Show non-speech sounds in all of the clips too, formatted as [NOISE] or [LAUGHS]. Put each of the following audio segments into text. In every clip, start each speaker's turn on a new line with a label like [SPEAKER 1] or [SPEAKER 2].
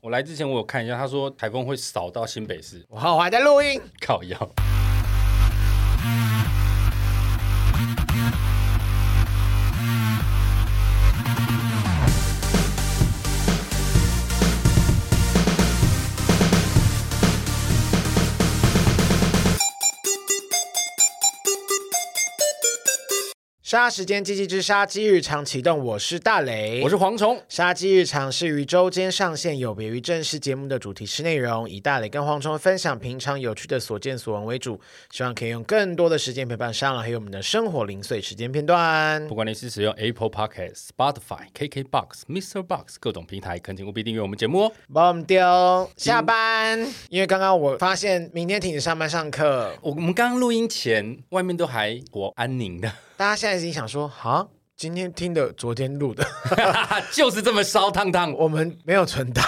[SPEAKER 1] 我来之前我有看一下，他说台风会扫到新北市，
[SPEAKER 2] 我我还在录音。
[SPEAKER 1] 靠腰。
[SPEAKER 2] 杀时间机器之杀机日常启动，我是大雷，
[SPEAKER 1] 我是蝗虫，
[SPEAKER 2] 杀鸡日常是于周间上线，有别于正式节目的主题式内容，以大磊跟蝗虫分享平常有趣的所见所闻为主，希望可以用更多的时间陪伴上来，还有我们的生活零碎时间片段
[SPEAKER 1] 不。管你是使用 Apple Podcast、Spotify、KKBox、Mr. Box 各种平台，恳请务必订阅我们节目哦。
[SPEAKER 2] 帮我们丢下班，因为刚刚我发现明天停止上班上课，
[SPEAKER 1] 我我们刚刚录音前，外面都还我安宁的， [LAUGHS]
[SPEAKER 2] 大家现在已经想说，哈，今天听的，昨天录的，
[SPEAKER 1] 就是这么烧烫烫。
[SPEAKER 2] 我们没有存档，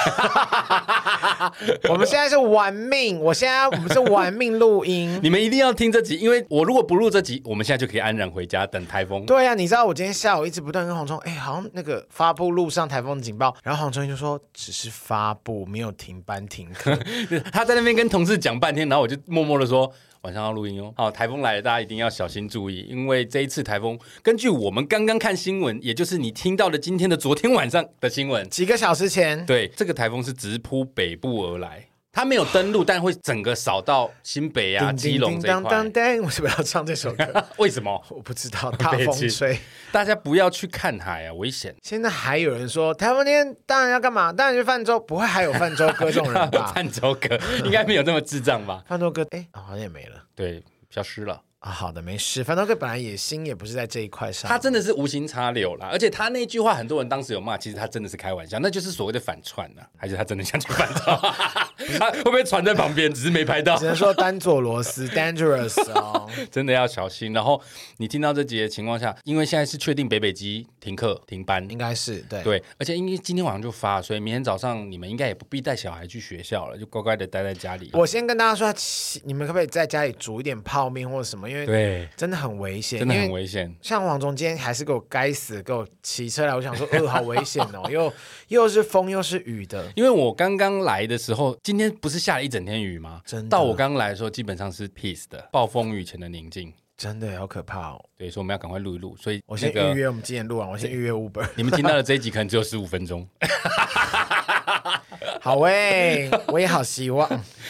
[SPEAKER 2] [LAUGHS] 我们现在是玩命，我现在我们是玩命录音，
[SPEAKER 1] [LAUGHS] 你们一定要听这集，因为我如果不录这集，我们现在就可以安然回家等台风。
[SPEAKER 2] 对呀、啊你知道我今天下午一直不断跟黄忠，哎，好像那个发布路上台风警报，然后黄忠就说只是发布，没有停班停
[SPEAKER 1] [LAUGHS]
[SPEAKER 2] 课。
[SPEAKER 1] 他在那边跟同事讲半天，然后我就默默的说。晚上要录音哦。好，台风来了，大家一定要小心注意，因为这一次台风，根据我们刚刚看新闻，也就是你听到的今天的昨天晚上的新闻，
[SPEAKER 2] 几个小时前，
[SPEAKER 1] 对，这个台风是直扑北部而来，它没有登陆，但会整个扫到新北啊、基隆这一块。啊
[SPEAKER 2] 当，为什么要唱这首
[SPEAKER 1] [LAUGHS]
[SPEAKER 2] 歌？
[SPEAKER 1] 为什么？
[SPEAKER 2] 我不知道，
[SPEAKER 1] [LAUGHS]
[SPEAKER 2] 大
[SPEAKER 1] 北
[SPEAKER 2] 风
[SPEAKER 1] 京
[SPEAKER 2] 吹。
[SPEAKER 1] 大家不要去看海啊，危险！
[SPEAKER 2] 现在还有人说台风天当然要干嘛？当然去泛舟，不会还有泛舟哥这种人
[SPEAKER 1] [LAUGHS]
[SPEAKER 2] 吧？
[SPEAKER 1] 看周哥应该没有那么智障吧？
[SPEAKER 2] 泛舟哥，哎、好像也没了
[SPEAKER 1] 对，消失了。
[SPEAKER 2] 啊。好的，没事。泛舟哥本来也心也不是在这一块上，
[SPEAKER 1] 他真的是无心插柳啦，而且他那句话很多人当时有骂，其实他真的是开玩笑，那就是所谓的反串呐、啊，还是他真的想去反串？
[SPEAKER 2] [LAUGHS]
[SPEAKER 1] 他会不会传在旁边，只是没拍到
[SPEAKER 2] 只？能说丹佐罗斯
[SPEAKER 1] [LAUGHS]
[SPEAKER 2] [LAUGHS] （dangerous） 哦。
[SPEAKER 1] 真的要小心。然后你听到这集的情况下，因为现在是确定北北基停课停班，
[SPEAKER 2] 应该是对。
[SPEAKER 1] 对，而且因为今天晚上就发，所以明天早上你们应该也不必带小孩去学校了，就乖乖的待在家里。
[SPEAKER 2] 我先跟大家说，其你们可不可以在家里煮一点泡面或者什么？因为
[SPEAKER 1] 对，
[SPEAKER 2] 真的很危险，
[SPEAKER 1] 真的很
[SPEAKER 2] 因为
[SPEAKER 1] 危险。
[SPEAKER 2] 像黄总今天还是给我该死，给我骑车来，我想说，呃，好危险哦，又又是风又是雨的，
[SPEAKER 1] 因为我刚刚来的时候，今天不是下了一整天雨吗？
[SPEAKER 2] 真的
[SPEAKER 1] 到我刚来的时候，基本上是 peace 的，暴风雨前的宁静。
[SPEAKER 2] 真的好可怕哦！
[SPEAKER 1] 对，所以我们要赶快录一录。所以
[SPEAKER 2] 我
[SPEAKER 1] 那
[SPEAKER 2] 先预
[SPEAKER 1] 个
[SPEAKER 2] 约，我们几点录啊完？我先预约 Uber。
[SPEAKER 1] [LAUGHS] 你们听到的这一集可能只有十五分钟， [LAUGHS]
[SPEAKER 2] 好喂、我也好希望。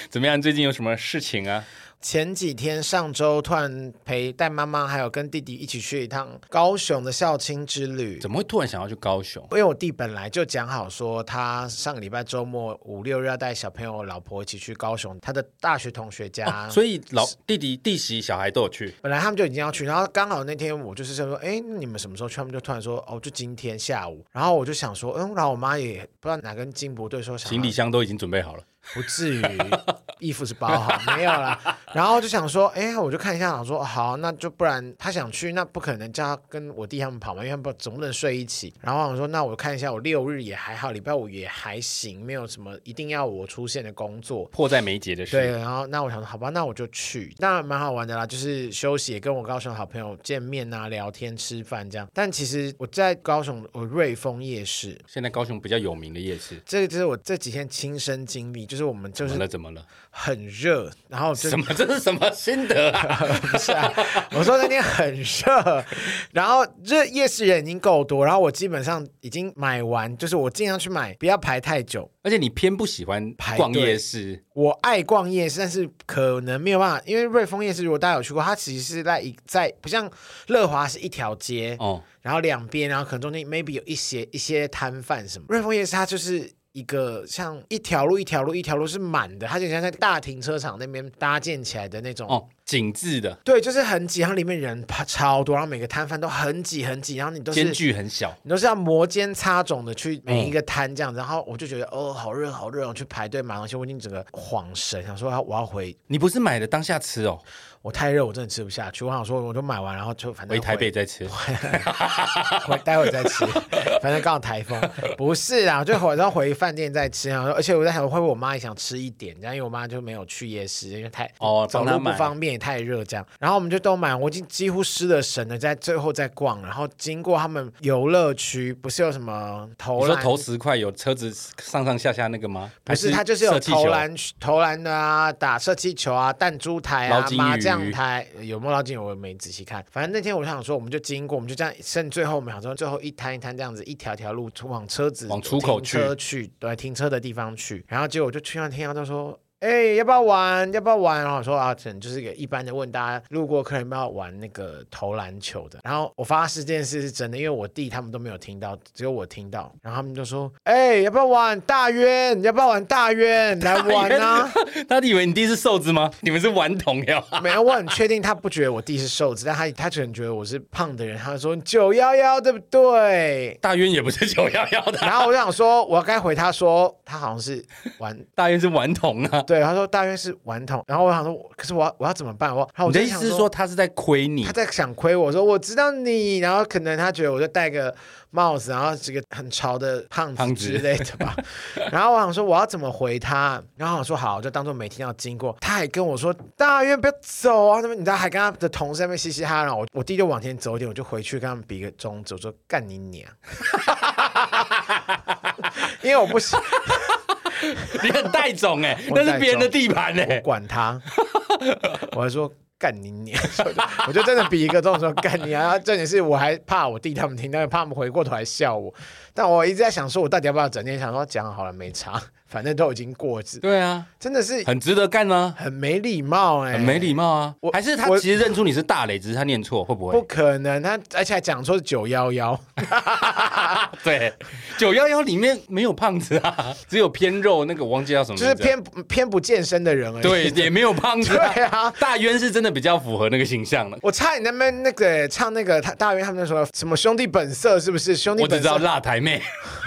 [SPEAKER 1] 怎么样？最近有什么事情啊？
[SPEAKER 2] 前几天上周突然陪带妈妈还有跟弟弟一起去一趟高雄的校庆之旅。
[SPEAKER 1] 怎么会突然想要去高雄？
[SPEAKER 2] 因为我弟本来就讲好说，他上个礼拜周末五六日要带小朋友、老婆一起去高雄，他的大学同学家。
[SPEAKER 1] 哦所以老弟弟、弟媳、小孩都有去。
[SPEAKER 2] 本来他们就已经要去，然后刚好那天我就是想说，哎，那你们什么时候去？他们就突然说，哦，就今天下午。然后我就想说，嗯，然后我妈也不知道哪根筋不对，说想
[SPEAKER 1] 行李箱都已经准备好了，
[SPEAKER 2] 不至于，衣服是包好没有啦。然后就想说，哎，我就看一下，想说哦好，那就不然他想去，那不可能叫他跟我弟他们跑嘛，因为他们不总不能睡一起。然后我想说，那我看一下，我六日也还好，礼拜五也还行，没有什么一定要我出现的工作。
[SPEAKER 1] 迫在眉睫的事。
[SPEAKER 2] 对，然后那我想说，好吧，那我就去，那蛮好玩的啦，就是休息，也跟我高雄好朋友见面啊，聊天、吃饭这样。但其实我在高雄，我瑞丰夜市，
[SPEAKER 1] 现在高雄比较有名的夜市，
[SPEAKER 2] 这个就是我这几天亲身经历，就是我们就
[SPEAKER 1] 怎
[SPEAKER 2] 是
[SPEAKER 1] 么了？怎么了？
[SPEAKER 2] 很热，然后就
[SPEAKER 1] 什么？这 [LAUGHS] 是什么心得
[SPEAKER 2] [LAUGHS]
[SPEAKER 1] 啊？
[SPEAKER 2] 不
[SPEAKER 1] [LAUGHS]
[SPEAKER 2] 是啊，我说那天很热，然后这夜市人已经够多，然后我基本上已经买完，就是我尽量去买，不要排太久。
[SPEAKER 1] 而且你偏不喜欢
[SPEAKER 2] 排队
[SPEAKER 1] 逛夜市，
[SPEAKER 2] 我爱逛夜市，但是可能没有办法，因为瑞丰夜市如果大家有去过，它其实是在一在不像乐华是一条街，
[SPEAKER 1] 哦，
[SPEAKER 2] 然后两边，然后可能中间 maybe 有一些一些摊贩什么。瑞丰夜市它就是一个像一条路一条路一条路是满的，它就像在大停车场那边搭建起来的那种
[SPEAKER 1] 哦，紧致的，
[SPEAKER 2] 对，就是很挤，然后里面人啪超多，然后每个摊贩都很挤很挤，然后你都
[SPEAKER 1] 间
[SPEAKER 2] 是
[SPEAKER 1] 距很小。
[SPEAKER 2] 你都是要摩肩擦踵的去每一个摊这样子，然后我就觉得哦好热好热，我去排队买东西，我已经整个恍神，想说啊我要回，
[SPEAKER 1] 你不是买了当下吃哦，
[SPEAKER 2] 我太热我真的吃不 [LAUGHS] 下去，我想说我就买完，然后就反正
[SPEAKER 1] 回台
[SPEAKER 2] 回
[SPEAKER 1] 北再吃。
[SPEAKER 2] 回待会再吃。反正刚好台风，不是啦，就回到回饭店再吃。然后，而哦且我在想，会不会我妈也想吃一点？这样，因为我妈就没有去夜市，因为太
[SPEAKER 1] 哦帮
[SPEAKER 2] 走路
[SPEAKER 1] 她
[SPEAKER 2] 不
[SPEAKER 1] 买
[SPEAKER 2] 方便，也太热这样。然后我们就都买，我已经几乎失了神了，在最后在逛，然后经过他们游乐区，不是有什么投
[SPEAKER 1] 你说
[SPEAKER 2] 篮？
[SPEAKER 1] 投十块有车子上上下下那个吗？
[SPEAKER 2] 不是，
[SPEAKER 1] 还
[SPEAKER 2] 它就是有
[SPEAKER 1] 射气球
[SPEAKER 2] 投篮、投篮的啊，打射气球啊，弹珠台
[SPEAKER 1] 捞
[SPEAKER 2] 啊，
[SPEAKER 1] 金鱼
[SPEAKER 2] 麻将台呃有没有捞金鱼？我也没仔细看。反正那天我想说，我们就经过，我们就这样，剩最后我们想说，最后一摊一摊这样子，一条条路往车子
[SPEAKER 1] 往出口
[SPEAKER 2] 停车去，对，停车的地方去。然后结果我就去那听到他说。哎、要不要玩？要不要玩？然后我说啊，可能就是一个一般的问大家路过客人要不要玩那个投篮球的。然后我发誓这件事是真的，因为我弟他们都没有听到，只有我听到。然后他们就说，哎、要不要玩大渊？要不要玩大渊？来玩啊！
[SPEAKER 1] 他以为你弟是瘦子吗？你们是顽童呀？
[SPEAKER 2] [LAUGHS] 没有，我很确定他不觉得我弟是瘦子，但他他可能觉得我是胖的人。他就说九幺幺对不对？ [LAUGHS]
[SPEAKER 1] 大渊也不是九幺幺的，
[SPEAKER 2] 然后我就想说，我该回他说，他好像是玩
[SPEAKER 1] 大渊是顽童啊。
[SPEAKER 2] 对，他说大约是顽童，然后我想说，可是我要我要怎么办？我然后啊
[SPEAKER 1] 你
[SPEAKER 2] 我
[SPEAKER 1] 的
[SPEAKER 2] 就
[SPEAKER 1] 意
[SPEAKER 2] 想
[SPEAKER 1] 思是说他是在亏
[SPEAKER 2] [LAUGHS]
[SPEAKER 1] 你
[SPEAKER 2] 他？在想亏我说我知道你，然后可能他觉得我就戴个帽子，然后是个很潮的胖子
[SPEAKER 1] 胖子
[SPEAKER 2] 之类的
[SPEAKER 1] [LAUGHS]
[SPEAKER 2] 吧。然后我想说我要怎么回他，然后我说好，我就当做没听到经过。他还跟我说大约不要走啊，那边你知道还跟他的同事在那边嘻嘻哈哈。然后我我弟就往前走一点，我就回去跟他们比个中指，我说干你娘， [LAUGHS] 因为我不喜
[SPEAKER 1] 你很带种哎、
[SPEAKER 2] 我很
[SPEAKER 1] 那
[SPEAKER 2] 带种
[SPEAKER 1] 是别人的地盘哎、
[SPEAKER 2] 管他， [LAUGHS] 我还说干你娘， [LAUGHS] 我就真的比一个动作干你啊！然后重点是我还怕我弟他们听到，怕他们回过头来笑我。但我一直在想说，我到底要不要整天想说讲好了没差， [LAUGHS] 反正都已经过世，
[SPEAKER 1] 对啊，
[SPEAKER 2] 真的是
[SPEAKER 1] 很值得干吗、
[SPEAKER 2] 很没礼貌哎、
[SPEAKER 1] 很没礼貌啊
[SPEAKER 2] 我！
[SPEAKER 1] 还是他
[SPEAKER 2] 我
[SPEAKER 1] 其实认出你是大磊，只是他念错，会不
[SPEAKER 2] 不
[SPEAKER 1] 会？
[SPEAKER 2] 可能，他而且还讲错是九幺幺，
[SPEAKER 1] 对，九幺幺里面没有胖子
[SPEAKER 2] [LAUGHS]
[SPEAKER 1] 啊，只有偏肉那个，我忘记叫什么
[SPEAKER 2] 就
[SPEAKER 1] 名字，
[SPEAKER 2] 是
[SPEAKER 1] 啊
[SPEAKER 2] 偏偏不健身的人而已。 [LAUGHS]
[SPEAKER 1] 对，也没有胖子、啊。
[SPEAKER 2] 对啊。
[SPEAKER 1] 大渊是真的比较符合那个形象了。
[SPEAKER 2] 我差点那边那个唱那个他大约他们那时候什么兄弟本色是不是兄弟
[SPEAKER 1] 我只
[SPEAKER 2] 本
[SPEAKER 1] 知
[SPEAKER 2] 色
[SPEAKER 1] 道辣台妹， [LAUGHS]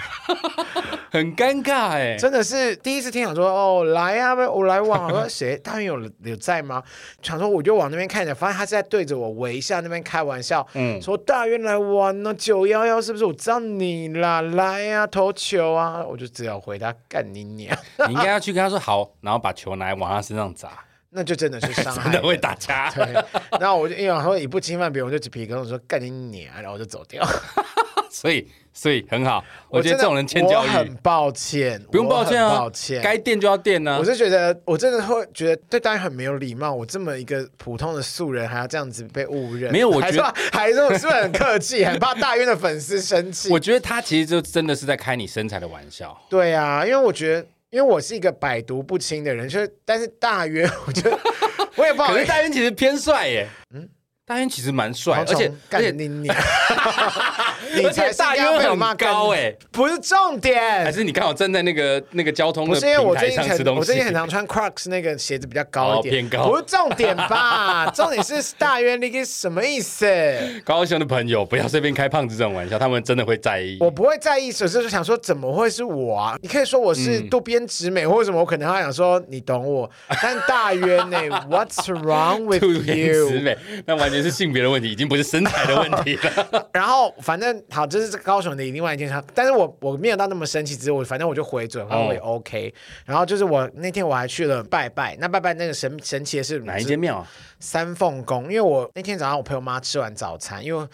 [SPEAKER 1] 很尴尬哎、
[SPEAKER 2] 真的是第一次听想说哦来啊，我来往，
[SPEAKER 1] [LAUGHS]
[SPEAKER 2] 我说谁大运有有在吗？想说我就往那边看着，发现他是在对着我微笑，那边开玩笑， [LAUGHS]
[SPEAKER 1] 嗯
[SPEAKER 2] 说大运来玩呢、九幺幺是不是？我知道你啦，来啊，投球啊，我就只好回答干你娘，
[SPEAKER 1] 你应该要去跟他说好，然后把球拿来往他身上
[SPEAKER 2] [LAUGHS]
[SPEAKER 1] 砸，
[SPEAKER 2] 那就真的是伤害
[SPEAKER 1] [LAUGHS] 真的会
[SPEAKER 2] 人。
[SPEAKER 1] 打架。
[SPEAKER 2] 对，然后我就因为我说以不侵犯别人，我就只皮跟我说干你娘，然后我就走掉。
[SPEAKER 1] [LAUGHS] 所以，所以很好，我觉得
[SPEAKER 2] 真的
[SPEAKER 1] 这种人欠教
[SPEAKER 2] 我
[SPEAKER 1] 育
[SPEAKER 2] 很，抱歉，
[SPEAKER 1] 不用
[SPEAKER 2] 我
[SPEAKER 1] 抱
[SPEAKER 2] 很
[SPEAKER 1] 歉啊，
[SPEAKER 2] 抱歉，
[SPEAKER 1] 该垫就要垫呢、啊
[SPEAKER 2] 我。是觉得，我真的会觉得对大家很没有礼貌。我这么一个普通的素人，还要这样子被误认，
[SPEAKER 1] 没有我
[SPEAKER 2] 还
[SPEAKER 1] 觉
[SPEAKER 2] 说
[SPEAKER 1] 得
[SPEAKER 2] 还说是不是很客气，很怕大渊的粉丝生气
[SPEAKER 1] 我？觉得他其实就真的是在开你身材的玩笑。
[SPEAKER 2] 对啊，因为我觉得，因为我是一个百毒不侵的人，就是但是大约我觉得我也不好
[SPEAKER 1] 可
[SPEAKER 2] 意
[SPEAKER 1] 是
[SPEAKER 2] 思。
[SPEAKER 1] 大渊其实偏帅耶，嗯，大渊其实蛮帅，而
[SPEAKER 2] 蝗虫
[SPEAKER 1] 且而且
[SPEAKER 2] 干你你，你
[SPEAKER 1] 而且
[SPEAKER 2] 才是应
[SPEAKER 1] 大
[SPEAKER 2] 该要
[SPEAKER 1] 渊
[SPEAKER 2] 被我
[SPEAKER 1] 很
[SPEAKER 2] 骂干
[SPEAKER 1] 高
[SPEAKER 2] 你，
[SPEAKER 1] 哎，
[SPEAKER 2] 不是重
[SPEAKER 1] 还
[SPEAKER 2] 点。
[SPEAKER 1] 是你刚好站在那个那个交通
[SPEAKER 2] 不
[SPEAKER 1] 的
[SPEAKER 2] 是因为
[SPEAKER 1] 平
[SPEAKER 2] 我
[SPEAKER 1] 台
[SPEAKER 2] 最近
[SPEAKER 1] 上吃
[SPEAKER 2] 很，
[SPEAKER 1] 东
[SPEAKER 2] 我最
[SPEAKER 1] 西
[SPEAKER 2] 近。很常穿 Crocs 那个鞋子比较高一
[SPEAKER 1] 哦
[SPEAKER 2] 点，
[SPEAKER 1] 偏高
[SPEAKER 2] 不是重点吧？重点是大约那个什么意思？
[SPEAKER 1] 高雄的朋友不要随便开胖子这种玩笑，他们真的会在意。
[SPEAKER 2] 我不会在意，只是想说怎么会是我啊？你可以说我是
[SPEAKER 1] 嗯
[SPEAKER 2] 渡边直美，或者什么，我可能还想说你懂我，但大约呢，What's wrong
[SPEAKER 1] [LAUGHS] 兔
[SPEAKER 2] with
[SPEAKER 1] 颜慈
[SPEAKER 2] you？
[SPEAKER 1] 美，那完全是性别的问题，已经不是身材的问题
[SPEAKER 2] [LAUGHS]
[SPEAKER 1] 了。
[SPEAKER 2] 然后反正好，这是高雄的另外一件事，但是我我没有到那么生气，只是我反正我就回嘴，然后我也
[SPEAKER 1] 哦
[SPEAKER 2] OK。然后就是我那天我还去了拜拜，那拜拜那个神神奇的是
[SPEAKER 1] 哪一间庙啊？
[SPEAKER 2] 三凤宫，因为我那天早上我陪我妈吃完早餐，因为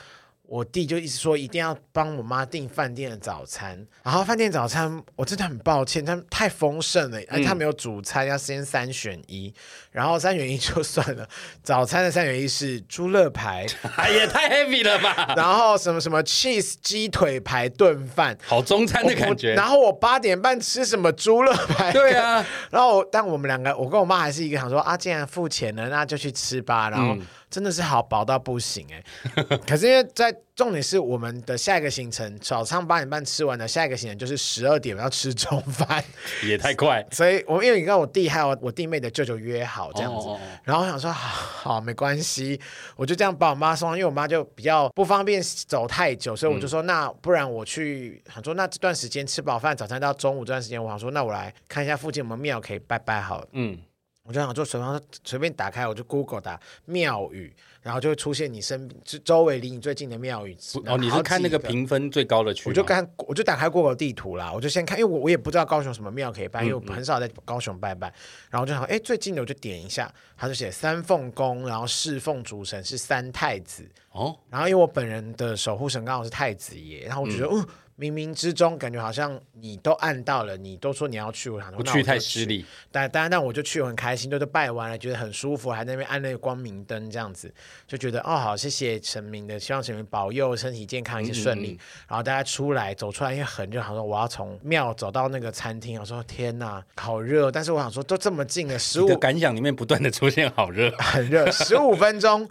[SPEAKER 2] 我弟就一直说一定要帮我妈订饭店的早餐，然后饭店早餐我真的很抱歉，他们太丰盛了，而且他们有主餐，要先三选一，
[SPEAKER 1] 嗯
[SPEAKER 2] 然后三选一就算了，早餐的三选一是猪肋
[SPEAKER 1] [LAUGHS]
[SPEAKER 2] 排，
[SPEAKER 1] [LAUGHS] 哎也太 heavy 了吧！
[SPEAKER 2] [LAUGHS] 然后什么什么 cheese 鸡腿排炖饭。
[SPEAKER 1] 好中餐的感觉
[SPEAKER 2] 然。后我八点半吃什么猪肋排？
[SPEAKER 1] 对啊，
[SPEAKER 2] 然后我，但我们两个，我跟我妈还是一个想说啊，既然付钱了，那就去吃吧。然后真的是好饱到不行哎、可是因为在重点是我们的下一个行程，早上八点半吃完的下一个行程就是十二点要吃中饭， [LAUGHS]
[SPEAKER 1] 也太快。
[SPEAKER 2] 所以我因为你跟我弟还有我弟妹的舅舅约好哦这样子，
[SPEAKER 1] 哦哦哦
[SPEAKER 2] 然后我想说啊好好没关系，我就这样把我妈送上，因为我妈就比较不方便走太久，所以我
[SPEAKER 1] 嗯
[SPEAKER 2] 就说、那不然我去想说那这段时间吃饱饭早餐到中午这段时间，我想说那我来看一下附近有没有庙可以拜拜好了。
[SPEAKER 1] 嗯，
[SPEAKER 2] 我我就想说随方随便打开，我就 Google 打庙宇，然后就会出现你身周周围离你最近的庙宇
[SPEAKER 1] 不。
[SPEAKER 2] 然
[SPEAKER 1] 哦，
[SPEAKER 2] 后
[SPEAKER 1] 你
[SPEAKER 2] 好
[SPEAKER 1] 是
[SPEAKER 2] 几
[SPEAKER 1] 看那个
[SPEAKER 2] 个
[SPEAKER 1] 评分最高的区吗？
[SPEAKER 2] 我就看，我就打开 Google 地图啦，我就先看，因为我我也不知道高雄什么庙可以拜，因为
[SPEAKER 1] 嗯
[SPEAKER 2] 我很少在高雄拜拜。然后我就想，哎，最近的我就点一下，他就写三凤宫，然后侍奉主神是三太子。
[SPEAKER 1] 哦，
[SPEAKER 2] 然后因为我本人的守护神刚好是太子爷，然后我就觉得，
[SPEAKER 1] 嗯
[SPEAKER 2] 哦、冥冥之中感觉好像你都按到了，你都说你要去，我想说
[SPEAKER 1] 不
[SPEAKER 2] 那我
[SPEAKER 1] 去
[SPEAKER 2] 就
[SPEAKER 1] 太失礼。
[SPEAKER 2] 但当然，但我就去，我很开心，就是拜完了，觉得很舒服，还在那边按那个光明灯这样子，就觉得哦好，谢谢神明的，希望神明保佑身体健康，一切顺
[SPEAKER 1] 嗯
[SPEAKER 2] 利。然后大家出来走出来，因为很热，好说我要从庙走到那个餐厅，我说天哪，好热！哦但是我想说，都这么近了，十
[SPEAKER 1] 你
[SPEAKER 2] 五，
[SPEAKER 1] 的感想里面不断的出现好热 [LAUGHS]
[SPEAKER 2] 很热，十五分钟。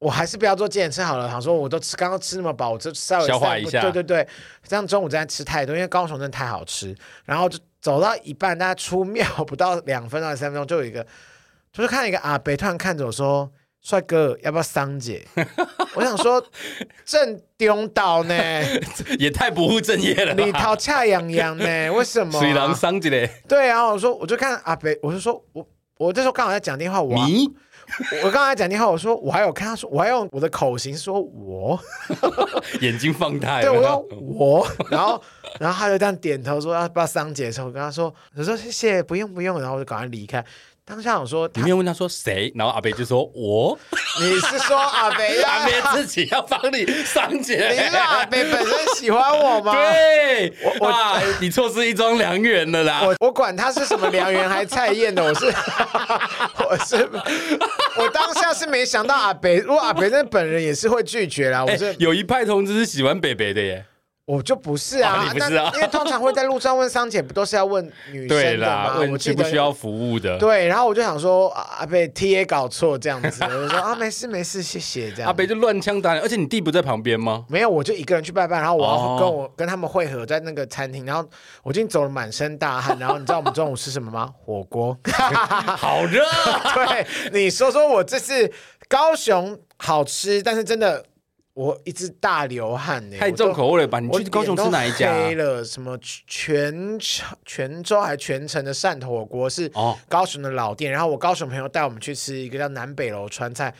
[SPEAKER 2] 我还是不要做健身好了。想说我都吃，刚刚吃那么饱，我就稍微
[SPEAKER 1] 消化
[SPEAKER 2] 散步
[SPEAKER 1] 一下
[SPEAKER 2] 对对对，这样中午真的吃太多，因为高雄真的太好吃。然后就走到一半，大家出庙不到两分钟还是三分钟，就有一个， [LAUGHS] 就是看到一个阿北突然看着我说：“帅哥，要不要桑姐？” [LAUGHS] 我想说，正丢到
[SPEAKER 1] [LAUGHS]
[SPEAKER 2] 呢，
[SPEAKER 1] 也太不务正业了吧。
[SPEAKER 2] 里头恰洋洋呢，为什么、
[SPEAKER 1] 水
[SPEAKER 2] 啊
[SPEAKER 1] 狼？桑吉嘞，
[SPEAKER 2] 对啊，我说我就看阿北，我就说我我这时候刚好在讲电话，我啊
[SPEAKER 1] 迷
[SPEAKER 2] 我刚才讲电话，我说我还有看他说，我还用我的口型说我，
[SPEAKER 1] 眼睛放大。
[SPEAKER 2] 对
[SPEAKER 1] 有
[SPEAKER 2] 我
[SPEAKER 1] 没
[SPEAKER 2] 说
[SPEAKER 1] 有
[SPEAKER 2] 我，然后 [LAUGHS] 然后他就这样点头说要不要桑姐的时候，我跟他说我说谢谢不用不用，然后我就赶快离开。当下我说
[SPEAKER 1] 你
[SPEAKER 2] 他
[SPEAKER 1] 没有问他说谁，然后阿北就说我，
[SPEAKER 2] 你是说阿北呀、
[SPEAKER 1] 阿北自己要帮你桑
[SPEAKER 2] [LAUGHS] 你是
[SPEAKER 1] 姐
[SPEAKER 2] 说。阿北本身喜欢我吗？
[SPEAKER 1] 对，
[SPEAKER 2] 我
[SPEAKER 1] 哇，
[SPEAKER 2] [LAUGHS]
[SPEAKER 1] 你错失一桩良缘了啦。
[SPEAKER 2] 我我管他是什么良缘还蔡燕的，我是 [LAUGHS] 我是我当下是没想到阿北，如果阿北那本人也是会拒绝啦，我
[SPEAKER 1] 哎
[SPEAKER 2] 是、
[SPEAKER 1] 有一派同志是喜欢北北的耶。
[SPEAKER 2] 我就不是啊，
[SPEAKER 1] 哦你
[SPEAKER 2] 那
[SPEAKER 1] 不是啊
[SPEAKER 2] 因为通常会在路上问桑姐，不都是要问女
[SPEAKER 1] 对
[SPEAKER 2] 生的
[SPEAKER 1] 啦，
[SPEAKER 2] 吗？我
[SPEAKER 1] 问
[SPEAKER 2] 记
[SPEAKER 1] 需
[SPEAKER 2] 得
[SPEAKER 1] 不需要服务的。
[SPEAKER 2] 对，然后我就想说啊，阿贝 T A 搞错这样子，我
[SPEAKER 1] [LAUGHS]
[SPEAKER 2] 就说啊，没事没事，谢谢这样。
[SPEAKER 1] 阿北就乱枪打鸟，而且你弟不在旁边吗？
[SPEAKER 2] 没有，我就一个人去拜拜，然后我要
[SPEAKER 1] 哦
[SPEAKER 2] 跟我、跟他们会合在那个餐厅，然后我已经走了满身大汗，然后你知道我们中午吃什么吗？ [LAUGHS] 火锅。
[SPEAKER 1] [LAUGHS] 好热，啊
[SPEAKER 2] [LAUGHS] 对，你说说我这次高雄好吃，但是真的我一直大流汗欸呢、
[SPEAKER 1] 太重口味了吧？你
[SPEAKER 2] 我
[SPEAKER 1] 去高雄吃哪一家啊
[SPEAKER 2] 脸都？黑了什么全城泉州还全城的汕头火锅是
[SPEAKER 1] 哦
[SPEAKER 2] 高雄的老店，然后我高雄朋友带我们去吃一个叫南北楼川菜，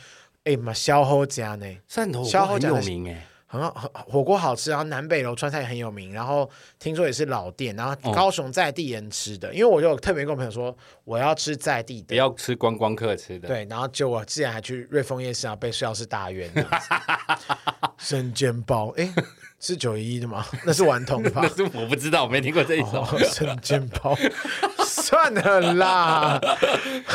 [SPEAKER 2] 哎妈，小侯家呢，
[SPEAKER 1] 汕头火
[SPEAKER 2] 消
[SPEAKER 1] 锅
[SPEAKER 2] 耗
[SPEAKER 1] 很
[SPEAKER 2] 讲的
[SPEAKER 1] 有
[SPEAKER 2] 是
[SPEAKER 1] 名哎，
[SPEAKER 2] 很好，很火锅好吃，然后南北楼川菜也很有名，然后听说也是老店，然后
[SPEAKER 1] 哦
[SPEAKER 2] 高雄在地人吃的，因为我就有特别跟我朋友说我要吃在地
[SPEAKER 1] 不
[SPEAKER 2] 的。
[SPEAKER 1] 要吃观光客吃的。
[SPEAKER 2] 对，然后就我竟然还去瑞丰夜市啊，被睡到是大冤这样子，
[SPEAKER 1] [LAUGHS]
[SPEAKER 2] 生煎包，哎，是九一一的吗？那是顽童吧？
[SPEAKER 1] [LAUGHS] 那是我不知道，我没听过这一 [LAUGHS] 首。
[SPEAKER 2] 哦，生煎包，算了啦，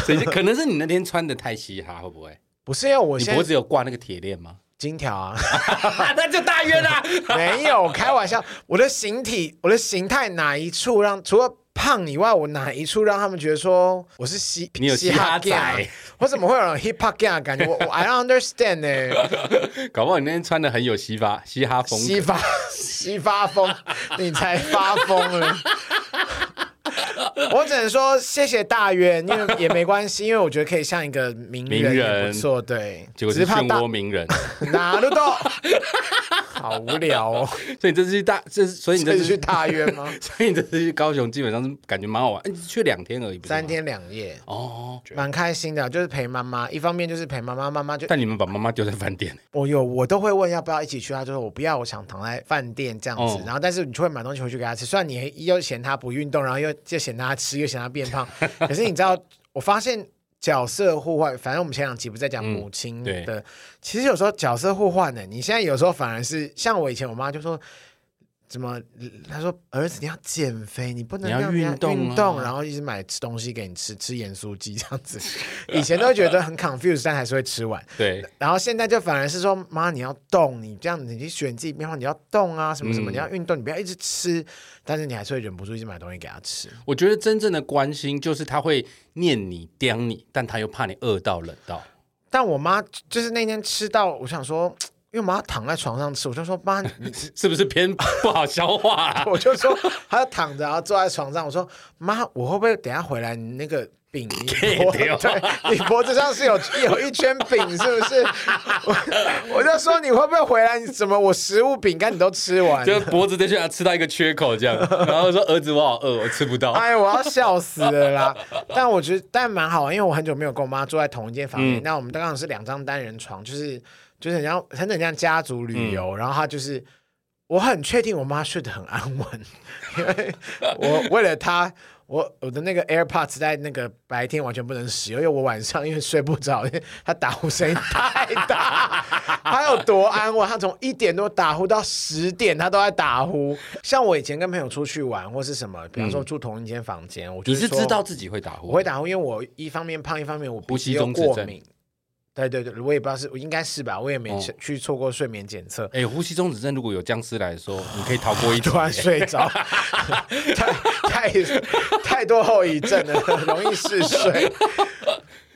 [SPEAKER 1] 所以可能是你那天穿的太嘻哈，会不会？
[SPEAKER 2] 不是因为我
[SPEAKER 1] 你
[SPEAKER 2] 现
[SPEAKER 1] 脖
[SPEAKER 2] 在
[SPEAKER 1] 子有挂那个铁链吗？
[SPEAKER 2] [LAUGHS] 金条啊，
[SPEAKER 1] 那就大约啦。 [LAUGHS]
[SPEAKER 2] 没有开玩笑，我的形体，我的形态哪一处让除了。胖以外，我哪一处让他们觉得说我是嘻
[SPEAKER 1] 你有嘻哈仔
[SPEAKER 2] gay 啊我怎么会有 hip hop gay 的感觉？我我 I don't understand 欸呢、
[SPEAKER 1] 搞不好你那天穿的很有嘻哈嘻哈风格。
[SPEAKER 2] 西发西发疯，你才发疯了。我只能说谢谢大渊，因为也没关系，因为我觉得可以像一个名
[SPEAKER 1] 名
[SPEAKER 2] 人也
[SPEAKER 1] 人
[SPEAKER 2] 不错，对。
[SPEAKER 1] 结果
[SPEAKER 2] 只
[SPEAKER 1] 是
[SPEAKER 2] 是怕
[SPEAKER 1] 漩
[SPEAKER 2] 大
[SPEAKER 1] 涡鸣人，
[SPEAKER 2] 哪路都好无聊哦，
[SPEAKER 1] 所以你这次去大，这是所以你
[SPEAKER 2] 这
[SPEAKER 1] 这
[SPEAKER 2] 是
[SPEAKER 1] 次？
[SPEAKER 2] 去，大渊吗
[SPEAKER 1] [LAUGHS] 所以你这次去高雄基本上是感觉蛮好玩，哎你去两天而已，不是吗
[SPEAKER 2] 三天两夜，
[SPEAKER 1] 哦。
[SPEAKER 2] 蛮开心的，啊就是陪妈妈。一方面就是陪妈妈，妈妈就
[SPEAKER 1] 但你们把妈妈丢在饭店， [LAUGHS]
[SPEAKER 2] 我有我都会问要不要一起去，她啊就说我不要，我想躺在饭店这样子。
[SPEAKER 1] 哦
[SPEAKER 2] 然后但是你就会买东西回去给她吃，虽然你又嫌她不运动，然后又又嫌她吃，又嫌她变
[SPEAKER 1] [LAUGHS]
[SPEAKER 2] 胖，可是你知道，我发现。角色互换，反正我们前两集不是在讲母亲
[SPEAKER 1] 嗯对
[SPEAKER 2] 的，其实有时候角色互换呢，你现在有时候反而是像我以前，我妈就说，怎么？她说儿子你要减肥，你不能
[SPEAKER 1] 你要
[SPEAKER 2] 让人家
[SPEAKER 1] 运动啊
[SPEAKER 2] 运动，然后一直买吃东西给你吃，吃盐酥鸡这样子。以前都会觉得很 confused，但还是会吃完。
[SPEAKER 1] 对，
[SPEAKER 2] 然后现在就反而是说，妈，你要动，你这样你去选自己变化，你要动啊，什么什么，
[SPEAKER 1] 嗯
[SPEAKER 2] 你要运动，你不要一直吃，但是你还是会忍不住一直买东西给他吃。
[SPEAKER 1] 我觉得真正的关心就是他会念你、刁你，但他又怕你饿到冷到。 [LAUGHS]
[SPEAKER 2] 但我妈就是那天吃到，我想说，因为我妈躺在床上吃，我就说妈，你
[SPEAKER 1] 是不是偏不好消化
[SPEAKER 2] [LAUGHS]
[SPEAKER 1] 啊？
[SPEAKER 2] 我就说她要躺着，然啊后坐在床上，我说妈，我会不会等一下回来你那个饼你脖 [LAUGHS]
[SPEAKER 1] 给掉
[SPEAKER 2] 对，你脖子上是有有一圈饼是不是？我我就说你会不会回来？你怎么我食物饼干你都吃完
[SPEAKER 1] 就
[SPEAKER 2] 了？
[SPEAKER 1] 是脖子这圈啊吃到一个缺口
[SPEAKER 2] [LAUGHS]
[SPEAKER 1] 这样，然后说儿子我好饿，我吃不到。
[SPEAKER 2] 哎，我要笑死了啦！但我觉得但蛮好玩，因为我很久没有跟我妈住在同一间房间。那我们刚好是两张单人床，就是就是很像很很像家族旅游。然后她就是，我很确定我妈睡得很安稳， [LAUGHS] 因为我为了她。我我的那个 AirPods 在那个白天完全不能使用，因为我晚上因为睡不着，因为她打呼声音太大， [LAUGHS] 她有多安稳？她从一点多打呼到十点，她都在打呼。像我以前跟朋友出去玩或是什么，比方说住同一间房间，我就
[SPEAKER 1] 嗯你
[SPEAKER 2] 会
[SPEAKER 1] 是
[SPEAKER 2] 说
[SPEAKER 1] 知道自己会打呼，
[SPEAKER 2] 我会打呼，因为我一方面胖，一方面我
[SPEAKER 1] 呼
[SPEAKER 2] 鼻
[SPEAKER 1] 吸
[SPEAKER 2] 子又
[SPEAKER 1] 中止
[SPEAKER 2] 过
[SPEAKER 1] 症
[SPEAKER 2] 敏。对对对，我也不知道是，我应该是吧，我也没
[SPEAKER 1] 哦
[SPEAKER 2] 去去做过睡眠检测。
[SPEAKER 1] 哎、呼吸中止症如果有僵尸来说，你可以逃
[SPEAKER 2] [LAUGHS]
[SPEAKER 1] 过一劫
[SPEAKER 2] 突。然睡着，太太太多后遗症了，容易嗜 [LAUGHS] 睡。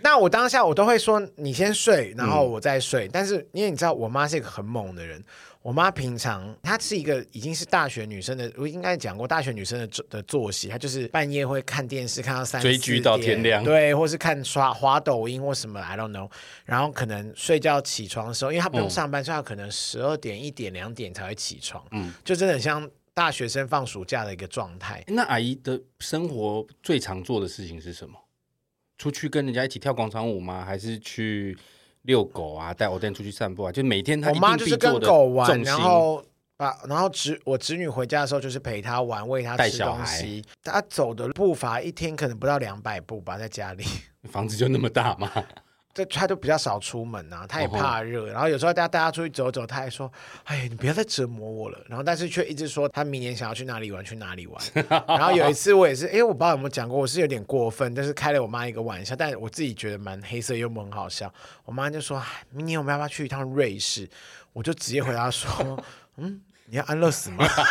[SPEAKER 2] 那我当下我都会说你先睡，然后我再睡。但是因为你知道，我妈是一个很猛的人。我妈平常她是一个已经是大学女生的，我应该讲过大学女生的作的作息，她就是半夜会看电视看到三
[SPEAKER 1] 追
[SPEAKER 2] 四
[SPEAKER 1] 剧到天
[SPEAKER 2] 点
[SPEAKER 1] 亮
[SPEAKER 2] 对，或是看刷滑抖音或什么，I don't know。然后可能睡觉起床的时候，因为她不用
[SPEAKER 1] 嗯
[SPEAKER 2] 上班，所以她可能十二点、一点、两点才会起床。
[SPEAKER 1] 嗯
[SPEAKER 2] 就真的很像大学生放暑假的一个状态。
[SPEAKER 1] 那阿姨的生活最常做的事情是什么？出去跟人家一起跳广场舞吗？还是去遛狗啊？带我带出去散步啊？就每天她
[SPEAKER 2] 我
[SPEAKER 1] 一
[SPEAKER 2] 妈
[SPEAKER 1] 定
[SPEAKER 2] 就
[SPEAKER 1] 必
[SPEAKER 2] 是跟
[SPEAKER 1] 做的
[SPEAKER 2] 狗玩，
[SPEAKER 1] 重心
[SPEAKER 2] 然后把然后侄我侄女回家的时候就是陪她玩，喂她
[SPEAKER 1] 带
[SPEAKER 2] 吃
[SPEAKER 1] 小
[SPEAKER 2] 东
[SPEAKER 1] 孩
[SPEAKER 2] 西。她走的步伐一天可能不到两百步吧，在家里。
[SPEAKER 1] 房子就那么大
[SPEAKER 2] [LAUGHS]
[SPEAKER 1] 嘛。
[SPEAKER 2] 这她就比较少出门啊，她也
[SPEAKER 1] 哦吼
[SPEAKER 2] 怕热，然后有时候带她带她出去走走，她还说：“哎，你不要再折磨我了。”然后但是却一直说她明年想要去哪里玩，去哪里
[SPEAKER 1] [LAUGHS]
[SPEAKER 2] 玩。然后有一次我也是，哎，我不知道有没有讲过，我是有点过分，但是开了我妈一个玩笑，但我自己觉得蛮黑色幽默，很好笑。我妈就说：“哎，明年我们要不要去一趟瑞士？”我就直接回答说：“嗯，你要安乐死吗？” [LAUGHS]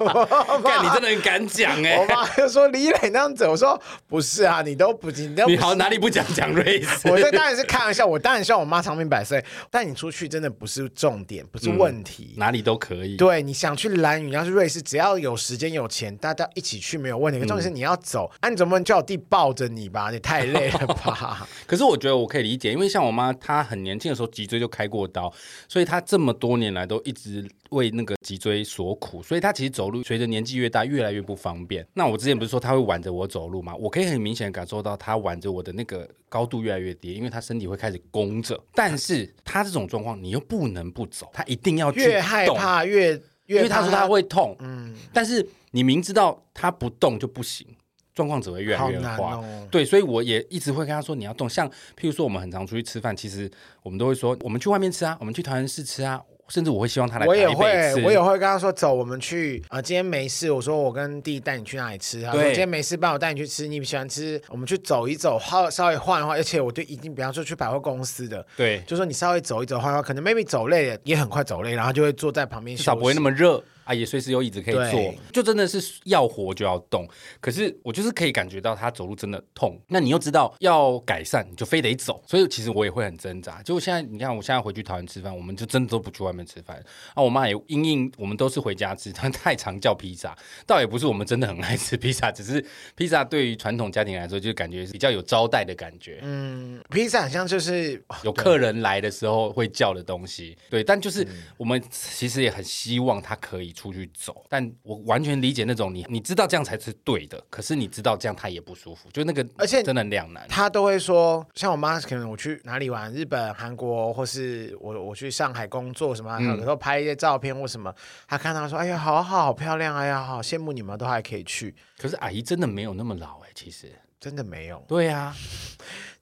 [SPEAKER 1] 干，你真的很敢讲哎、
[SPEAKER 2] 我妈就说：“李磊那样子。”我说：“不是啊，你都不，你都不
[SPEAKER 1] 你
[SPEAKER 2] 是
[SPEAKER 1] 好，哪里不讲讲瑞士？
[SPEAKER 2] [LAUGHS] 我这当然是开玩笑，我当然希望我妈长命百岁。但你出去真的不是重点，不
[SPEAKER 1] 嗯
[SPEAKER 2] 是问题。
[SPEAKER 1] 哪里都可以。
[SPEAKER 2] 对你想去蓝屿，要去瑞士，只要有时间有钱，大家一起去没有问题。可重
[SPEAKER 1] 嗯
[SPEAKER 2] 点是你要走，啊，你总不能叫我弟抱着你吧？你太累
[SPEAKER 1] [LAUGHS]
[SPEAKER 2] 了吧？
[SPEAKER 1] 可是我觉得我可以理解，因为像我妈，她很年轻的时候脊椎就开过刀，所以她这么多年来都一直为那个脊椎所苦，所以她其实走路随着年纪越大越来越不方便。那我之前不是说她会挽着我走路吗？我可以很明显地感受到她挽着我的那个高度越来越低，因为她身体会开始弓着。但是她这种状况，你又不能不走，她一定要去
[SPEAKER 2] 越害
[SPEAKER 1] 动
[SPEAKER 2] 怕越
[SPEAKER 1] 因
[SPEAKER 2] 越
[SPEAKER 1] 为
[SPEAKER 2] 怕
[SPEAKER 1] 他说他会痛，嗯，但是你明知道他不动就不行，状况只会越来越
[SPEAKER 2] 好难
[SPEAKER 1] 化。
[SPEAKER 2] 哦
[SPEAKER 1] 对，所以我也一直会跟他说你要动。像譬如说，我们很常出去吃饭，其实我们都会说我们去外面吃啊，我们去桃园市吃啊，甚至我会希望他来
[SPEAKER 2] 我也
[SPEAKER 1] 台北
[SPEAKER 2] 会，
[SPEAKER 1] 吃。
[SPEAKER 2] 我也会跟他说走，我们去啊、呃今天没事，我说我跟弟带你去哪里吃？啊他说
[SPEAKER 1] 对
[SPEAKER 2] 今天没事，帮我带你去吃。你喜欢吃，我们去走一走，稍稍微晃一晃。而且我对一定，比方说去百货公司的，
[SPEAKER 1] 对，
[SPEAKER 2] 就说你稍微走一走，晃晃，可能 maybe 走累了也很快走累，然后就会坐在旁边
[SPEAKER 1] 至
[SPEAKER 2] 休息，
[SPEAKER 1] 少不会那么热啊，也随时有椅子可以坐
[SPEAKER 2] 对，
[SPEAKER 1] 就真的是要活就要动。可是我就是可以感觉到他走路真的痛，那你又知道要改善，你就非得走，所以其实我也会很挣扎。就现在你看，我现在回去桃园吃饭，我们就真的都不去外面吃饭啊。我妈也因应我们都是回家吃，她太常叫披萨，倒也不是我们真的很爱吃披萨，只是披萨对于传统家庭来说，就感觉是比较有招待的感觉。
[SPEAKER 2] 披萨好像就是
[SPEAKER 1] 有客人来的时候会叫的东西，对，但就是
[SPEAKER 2] 嗯
[SPEAKER 1] 我们其实也很希望他可以出去走，但我完全理解那种你你知道这样才是对的，可是你知道这样他也不舒服，就那个
[SPEAKER 2] 而且
[SPEAKER 1] 真的很两难。
[SPEAKER 2] 他都会说，像我妈，可能我去哪里玩，日本、韩国，或是我我去上海工作什
[SPEAKER 1] 嗯
[SPEAKER 2] 么，有时候拍一些照片或什么，她看到说，哎呀，好好好漂亮，哎呀，好羡慕你们都还可以去，
[SPEAKER 1] 可是阿姨真的没有那么老哎、其实
[SPEAKER 2] 真的没有。
[SPEAKER 1] 对啊，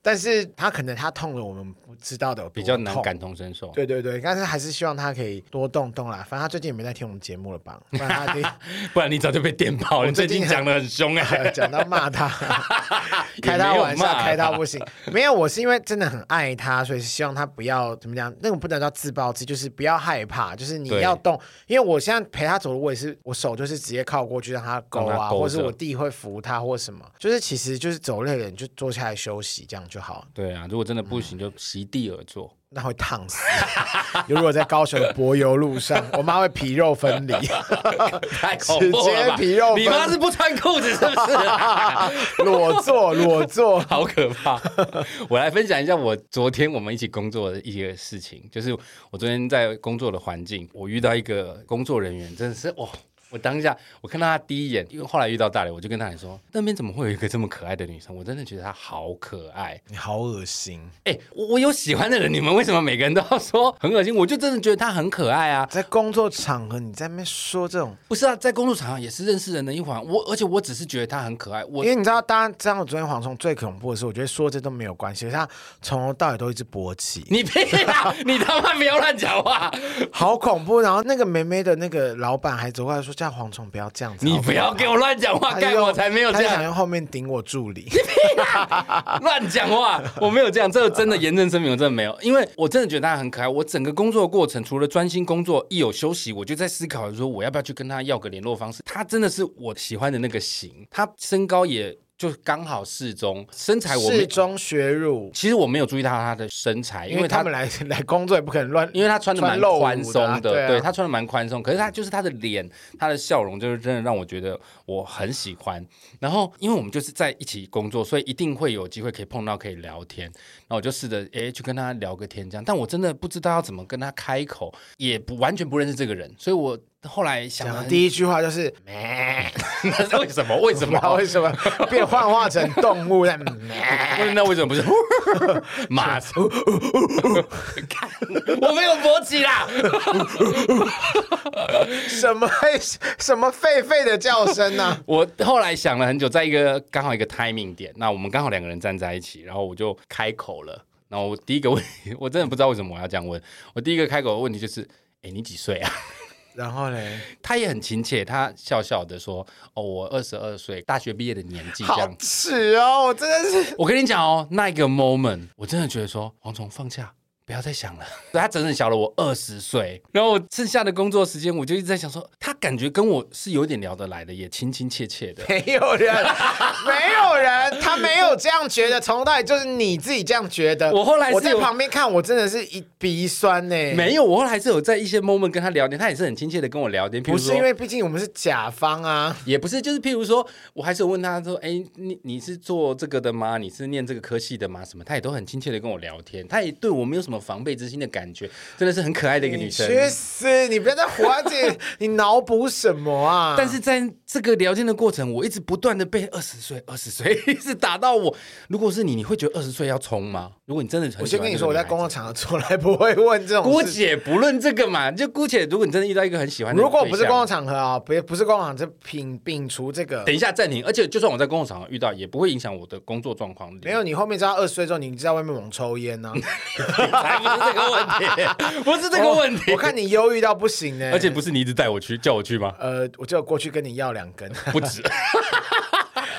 [SPEAKER 2] 但是她可能她痛了，我们不知道的有多
[SPEAKER 1] 比较难
[SPEAKER 2] 痛。
[SPEAKER 1] 感同身受。
[SPEAKER 2] 对对对，但是还是希望她可以多动动啦。反正她最近也没在听我们节目了
[SPEAKER 1] [LAUGHS]
[SPEAKER 2] 吧？不然她一定
[SPEAKER 1] 不然你早就被电爆
[SPEAKER 2] [LAUGHS]
[SPEAKER 1] 了。你
[SPEAKER 2] 最
[SPEAKER 1] 最
[SPEAKER 2] 近
[SPEAKER 1] 近讲的很凶哎、
[SPEAKER 2] [LAUGHS] 讲到骂他，
[SPEAKER 1] 也
[SPEAKER 2] 开
[SPEAKER 1] 没
[SPEAKER 2] 他
[SPEAKER 1] 有
[SPEAKER 2] 玩笑，
[SPEAKER 1] 骂
[SPEAKER 2] 开他不行。 [LAUGHS] 没有，我是因为真的很爱他，所以希望他不要怎么讲，那种不能叫自暴自弃，就是不要害怕，就是你
[SPEAKER 1] 对
[SPEAKER 2] 要动。因为我现在陪他走路，我也是我手就是直接靠过去让他勾
[SPEAKER 1] 让
[SPEAKER 2] 啊，
[SPEAKER 1] 他勾着
[SPEAKER 2] 或者是我弟会扶他或什么，就是其实就是走累了你就坐下来休息，这样就好了。
[SPEAKER 1] 对啊，如果真的不行就席地而坐。
[SPEAKER 2] 那会烫死。 [LAUGHS] 如果在高雄柏油路上，我妈会皮肉分离。 [LAUGHS]
[SPEAKER 1] 太恐怖了吧！
[SPEAKER 2] 直接皮肉分
[SPEAKER 1] 你妈是不穿裤子是不是、
[SPEAKER 2] 裸坐，裸坐。
[SPEAKER 1] [LAUGHS] 好可怕！我来分享一下我昨天我们一起工作的一个事情，就是我昨天在工作的环境，我遇到一个工作人员，真的是哇！我当下我看到他第一眼，因为后来遇到大雷，我就跟大雷说，那边怎么会有一个这么可爱的女生？我真的觉得她好可爱。
[SPEAKER 2] 你好恶心，
[SPEAKER 1] 哎、我我有喜欢的人，你们为什么每个人都要说很恶心？我就真的觉得她很可爱啊！
[SPEAKER 2] 在工作场合你在那边说这种，
[SPEAKER 1] 不是啊，在工作场合也是认识人的一环。我而且我只是觉得她很可爱。我
[SPEAKER 2] 因为你知道，大家知道我昨天蝗虫最恐怖的是，我觉得说这都没有关系，可是他从头到尾都一直勃起，
[SPEAKER 1] 你屁啦！你他妈不要乱讲话！
[SPEAKER 2] 好恐怖。然后那个梅梅的那个老板还走过来说：“叫蝗虫不哎要这样
[SPEAKER 1] [LAUGHS]
[SPEAKER 2] 子。”
[SPEAKER 1] 你不要给我乱讲话，
[SPEAKER 2] 他
[SPEAKER 1] 干
[SPEAKER 2] 用
[SPEAKER 1] 我才没有
[SPEAKER 2] 他
[SPEAKER 1] 这
[SPEAKER 2] 就想
[SPEAKER 1] 样
[SPEAKER 2] 用后面顶我助理，
[SPEAKER 1] 乱讲话，我没有这样，这个真的严正声明，我真的没有，因为我真的觉得他很可爱。我整个工作的过程，除了专心工作，一有休息，我就在思考说我要不要去跟他要个联络方式。他真的是我喜欢的那个型，他身高也就刚好适中，身材我
[SPEAKER 2] 是
[SPEAKER 1] 没，
[SPEAKER 2] 中学入，
[SPEAKER 1] 其实我没有注意到他的身材，
[SPEAKER 2] 因
[SPEAKER 1] 因
[SPEAKER 2] 为
[SPEAKER 1] 为
[SPEAKER 2] 他
[SPEAKER 1] 他
[SPEAKER 2] 们来来工作也不可能乱，
[SPEAKER 1] 因为他穿的蛮
[SPEAKER 2] 穿露
[SPEAKER 1] 宽
[SPEAKER 2] 乳的啊
[SPEAKER 1] 松的，
[SPEAKER 2] 对啊
[SPEAKER 1] 对他穿的蛮宽松，可是他就是他的脸，他的笑容，就是真的让我觉得我很喜欢。然后，因为我们就是在一起工作，所以一定会有机会可以碰到，可以聊天。然后我就试着诶去跟他聊个天，这样，但我真的不知道要怎么跟他开口，也不完全不认识这个人，所以我后来想
[SPEAKER 2] 讲
[SPEAKER 1] 了
[SPEAKER 2] 的
[SPEAKER 1] [LAUGHS] 很，
[SPEAKER 2] 第一句话就是“咩
[SPEAKER 1] 那是为什么？为”，什
[SPEAKER 2] [LAUGHS] 不知道
[SPEAKER 1] 么？
[SPEAKER 2] 为什么变幻化成动物在咩
[SPEAKER 1] 那为什么不是 [LAUGHS] 马 [LAUGHS] 苏？看，我没有勃起啦。
[SPEAKER 2] 什么什么狒狒的叫声啊呢、
[SPEAKER 1] 我后来想了很久，在一个刚好一个 timing 点，那我们刚好两个人站在一起，然后我就开口了。然后我第一个问题，我真的不知道为什么我要这样问。我第一个开口的问题就是：哎，你几岁啊？
[SPEAKER 2] [LAUGHS]
[SPEAKER 1] [LAUGHS]
[SPEAKER 2] 然后嘞，
[SPEAKER 1] 他也很亲切，他笑笑的说：哦，我二十二岁，大学毕业的年纪这
[SPEAKER 2] 好
[SPEAKER 1] 样。
[SPEAKER 2] 耻哦！我真的是
[SPEAKER 1] 我跟你讲哦，那一个 moment，我真的觉得说，蝗虫放下，不要再想了。所以他整整小了我二十岁，然后我剩下的工作时间，我就一直在想说，他感觉跟我是有点聊得来的，也亲亲切切的。
[SPEAKER 2] 没
[SPEAKER 1] [LAUGHS]
[SPEAKER 2] 有人，没有人，他没有这样觉得，从头到尾就是你自己这样觉得。
[SPEAKER 1] 我后来是
[SPEAKER 2] 我在
[SPEAKER 1] 有
[SPEAKER 2] 旁边看，我真的是一鼻酸欸呢、
[SPEAKER 1] 没有，我后来还是有在一些 moment 跟他聊天，他也是很亲切的跟我聊天，譬如
[SPEAKER 2] 不
[SPEAKER 1] 说
[SPEAKER 2] 是因为毕竟我们是甲方啊，
[SPEAKER 1] 也不是，就是譬如说，我还是有问他说，哎，你你是做这个的吗？你是念这个科系的吗？什么？他也都很亲切的跟我聊天，他也对我没有什么防备之心的感觉，真的是很可爱的一个女
[SPEAKER 2] 你
[SPEAKER 1] 生。
[SPEAKER 2] 去死！你不要再活在
[SPEAKER 1] [LAUGHS]
[SPEAKER 2] 这里，你脑补什么啊？
[SPEAKER 1] 但是在这个聊天的过程，我一直不断的被二十岁、二十岁 [LAUGHS] 一直打到我。如果是你，你会觉得二十岁要冲吗？如果你真的很
[SPEAKER 2] 我
[SPEAKER 1] 喜
[SPEAKER 2] 先
[SPEAKER 1] 欢
[SPEAKER 2] 跟你
[SPEAKER 1] 这个
[SPEAKER 2] 说，我在
[SPEAKER 1] 女孩
[SPEAKER 2] 工作
[SPEAKER 1] 子
[SPEAKER 2] 场合从来不会问这种
[SPEAKER 1] 姑
[SPEAKER 2] 事。
[SPEAKER 1] 且不论这个嘛，就姑且，如果你真的遇到一个很喜欢的，
[SPEAKER 2] 如果不是工作。场合啊，不不是工作场合，这摒摒除这个
[SPEAKER 1] 等。一下暂停，而且就算我在工作场合遇到，也不会影响我的工作状况。
[SPEAKER 2] 没有，你后面知道二十岁之后，你在外面猛抽烟啊呢、
[SPEAKER 1] 才不是这个问
[SPEAKER 2] [LAUGHS]
[SPEAKER 1] 题，不是 [LAUGHS] 这个问题。
[SPEAKER 2] 我看你忧郁到不行呢、欸
[SPEAKER 1] 而且不是你一直带我去，叫我去吗？
[SPEAKER 2] 呃，我就过去跟你要两根，
[SPEAKER 1] 不
[SPEAKER 2] [LAUGHS]
[SPEAKER 1] 止，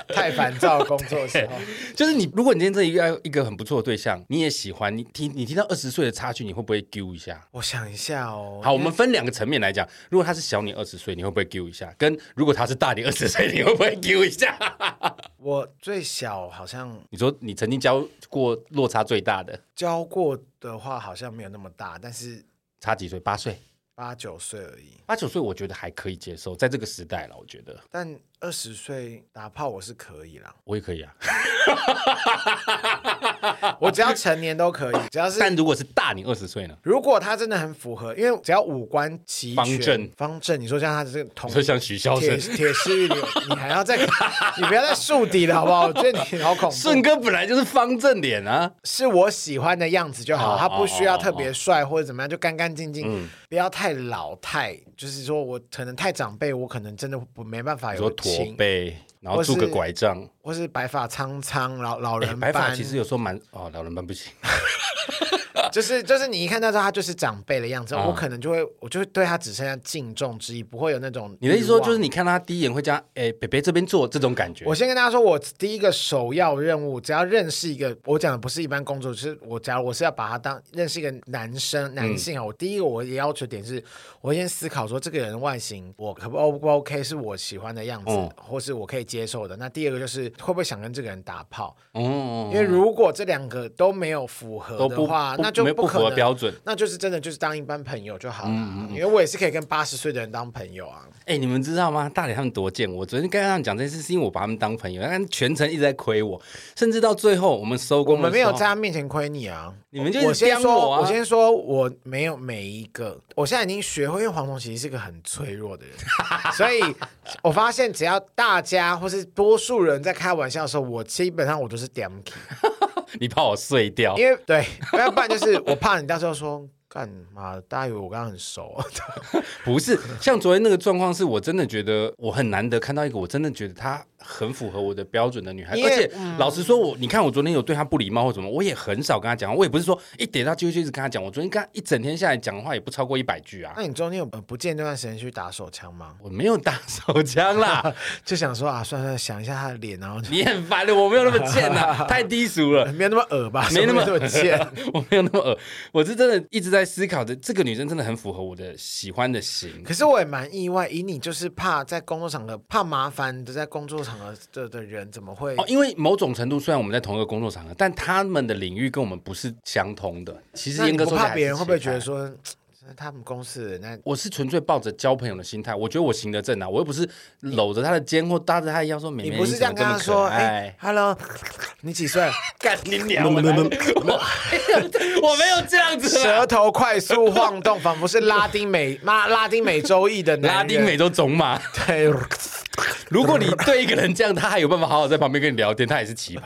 [SPEAKER 2] 太烦躁工作的时
[SPEAKER 1] [LAUGHS]
[SPEAKER 2] 候，
[SPEAKER 1] 就是你，如果你今天这一个一个很不错的对象，你也喜欢，你听你听到二十岁的差距，你会不会丢一下？
[SPEAKER 2] 我想一下哦。
[SPEAKER 1] 好，我们分两个层面来讲。如果他是小你二十岁，你会不会丢一下？跟如果他是大你二十岁，你会不会丢一下？ [LAUGHS]
[SPEAKER 2] 我最小好像
[SPEAKER 1] 你说你曾经交过落差最大的
[SPEAKER 2] 教过的话，好像没有那么大，但是
[SPEAKER 1] 差几岁？八岁、
[SPEAKER 2] 八九岁而已。
[SPEAKER 1] 八九岁，我觉得还可以接受，在这个时代了，我觉得
[SPEAKER 2] 但二十岁打炮我是可以啦，
[SPEAKER 1] 我也可以啊。
[SPEAKER 2] 我只要成年都
[SPEAKER 1] [LAUGHS]
[SPEAKER 2] 可以，只要是
[SPEAKER 1] 但如果是大你二十岁呢？
[SPEAKER 2] 如果他真的很符合，因为只要五官齐全，
[SPEAKER 1] 方正
[SPEAKER 2] 方正，你说像他这个
[SPEAKER 1] 你
[SPEAKER 2] 同
[SPEAKER 1] 说像许孝
[SPEAKER 2] 哦铁
[SPEAKER 1] 顺，
[SPEAKER 2] 铁狮玉女，你还要再， [LAUGHS] 你不要再树敌了好不好？我觉得你好恐
[SPEAKER 1] 顺
[SPEAKER 2] 怖，
[SPEAKER 1] 哥本来就是方正脸啊。
[SPEAKER 2] 是我喜欢的样子就好，
[SPEAKER 1] 哦嗯
[SPEAKER 2] 他不需要特别帅或者怎么样，就干干净净，不要太老太，就是说我可能太长辈，我可能真的不没办法
[SPEAKER 1] 你说
[SPEAKER 2] 有
[SPEAKER 1] 驼
[SPEAKER 2] 哎亲，
[SPEAKER 1] 背，然后拄个拐杖。
[SPEAKER 2] 或是白发苍苍老老
[SPEAKER 1] 哎
[SPEAKER 2] 人
[SPEAKER 1] 白发
[SPEAKER 2] 斑，
[SPEAKER 1] 其实有时候蛮哦，老人斑不
[SPEAKER 2] [LAUGHS]
[SPEAKER 1] 行。
[SPEAKER 2] 就是就是你一看到他他就是长辈的样子，
[SPEAKER 1] 啊
[SPEAKER 2] 我可能就会我就会对他只剩下敬重之意，不会有那种
[SPEAKER 1] 你的意思说，
[SPEAKER 2] 欲望
[SPEAKER 1] 就是你看他第一眼会加哎，北北这边坐这种感觉
[SPEAKER 2] 我。先跟大家说，我第一个首要任务，只要认识一个，我讲的不是一般工作，是我假如我是要把他当认识一个男生男性啊，我第一个我的要求点是，我先思考说这个人外形我可不 O 不 OK 是我喜欢的样子，
[SPEAKER 1] 嗯
[SPEAKER 2] 或是我可以接受的。那第二个就是会不会想跟这个人打炮，
[SPEAKER 1] 哦
[SPEAKER 2] 因为如果这两个都没有符合
[SPEAKER 1] 都
[SPEAKER 2] 的
[SPEAKER 1] 不
[SPEAKER 2] 话，
[SPEAKER 1] 不
[SPEAKER 2] 那就
[SPEAKER 1] 没有不
[SPEAKER 2] 可
[SPEAKER 1] 符合
[SPEAKER 2] 能
[SPEAKER 1] 标准。嗯
[SPEAKER 2] 那就是真的就是当一般朋友就好了、因为我也是可以跟八十岁的人当朋友啊。
[SPEAKER 1] 哎、你们知道吗？大理他们多贱！我昨天跟他们讲这件事，是因为我把他们当朋友，但全程一直在亏我，甚至到最后我们收
[SPEAKER 2] 我
[SPEAKER 1] 工的
[SPEAKER 2] 们
[SPEAKER 1] 时候，
[SPEAKER 2] 没有在他面前亏你啊。
[SPEAKER 1] 你们就
[SPEAKER 2] 我
[SPEAKER 1] 一直
[SPEAKER 2] 先
[SPEAKER 1] 刁
[SPEAKER 2] 说，
[SPEAKER 1] 我
[SPEAKER 2] 我
[SPEAKER 1] 啊！
[SPEAKER 2] 先说，我没有每一个，我现在已经学会，因为黄总其实是个很脆弱
[SPEAKER 1] [LAUGHS]
[SPEAKER 2] 的人，所以我发现只要大家或是多数人在开玩笑的时候，我基本上我都是 d a m
[SPEAKER 1] 你怕我碎掉？
[SPEAKER 2] 因为对，要不然就是我怕你到时候说干嘛，大家以为我刚刚很熟啊，
[SPEAKER 1] 不是，像昨天那个状况，是我真的觉得我很难得看到一个我真的觉得她很符合我的标准的女孩，
[SPEAKER 2] 因
[SPEAKER 1] 而
[SPEAKER 2] 为嗯
[SPEAKER 1] 且、老实说我，你看我昨天有对她不礼貌或什么，我也很少跟她讲话，我也不是说一点到机会就一直跟她讲，我昨天跟她一整天下来讲话也不超过一百句啊，
[SPEAKER 2] 那你中间有呃不见那段时间去打手枪吗？
[SPEAKER 1] 我没有打手枪
[SPEAKER 2] [LAUGHS]
[SPEAKER 1] 啦，
[SPEAKER 2] 就想说啊，算了算了，想一下他的脸，然后就呃
[SPEAKER 1] 你很烦的，我没有那么贱
[SPEAKER 2] [LAUGHS]
[SPEAKER 1] 呐，太低俗了。
[SPEAKER 2] 没有那么恶吧，
[SPEAKER 1] 没那么
[SPEAKER 2] 什么贱。
[SPEAKER 1] 我没有那么恶，我是真的一直在思考的。这个女生真的很符合我的喜欢的型，
[SPEAKER 2] 可是我也蛮意外，以你就是怕在工作场合怕麻烦的，在工作场合的的人怎么会？
[SPEAKER 1] 哦，因为某种程度，虽然我们在同一个工作场合，但他们的领域跟我们不是相同的。哎其实
[SPEAKER 2] 那
[SPEAKER 1] 严
[SPEAKER 2] 你
[SPEAKER 1] 格
[SPEAKER 2] 不
[SPEAKER 1] 说起来还
[SPEAKER 2] 怕
[SPEAKER 1] 是
[SPEAKER 2] 别人会不会
[SPEAKER 1] 切
[SPEAKER 2] 觉
[SPEAKER 1] 开
[SPEAKER 2] 得？说，嘖他们公司的人那
[SPEAKER 1] 我是纯粹抱着交朋友的心态，我觉得我行得正啊，我又不是搂着他的肩或搭着他的腰说妹妹
[SPEAKER 2] 你不是
[SPEAKER 1] 怎
[SPEAKER 2] 这样
[SPEAKER 1] 么
[SPEAKER 2] 跟他
[SPEAKER 1] 么可
[SPEAKER 2] 说，哎
[SPEAKER 1] 爱，
[SPEAKER 2] ，Hello，你 [LAUGHS]
[SPEAKER 1] [LAUGHS]
[SPEAKER 2] 几岁？
[SPEAKER 1] 干你娘！我来我
[SPEAKER 2] [LAUGHS]
[SPEAKER 1] 我没有这样子啊
[SPEAKER 2] 舌。头快速晃动，仿佛是拉丁美拉拉丁美洲裔的男人
[SPEAKER 1] 拉丁美洲种马，
[SPEAKER 2] [LAUGHS] 对，
[SPEAKER 1] 如果你对一个人这样，他还有办法好好在旁边跟你聊天，他也是奇葩。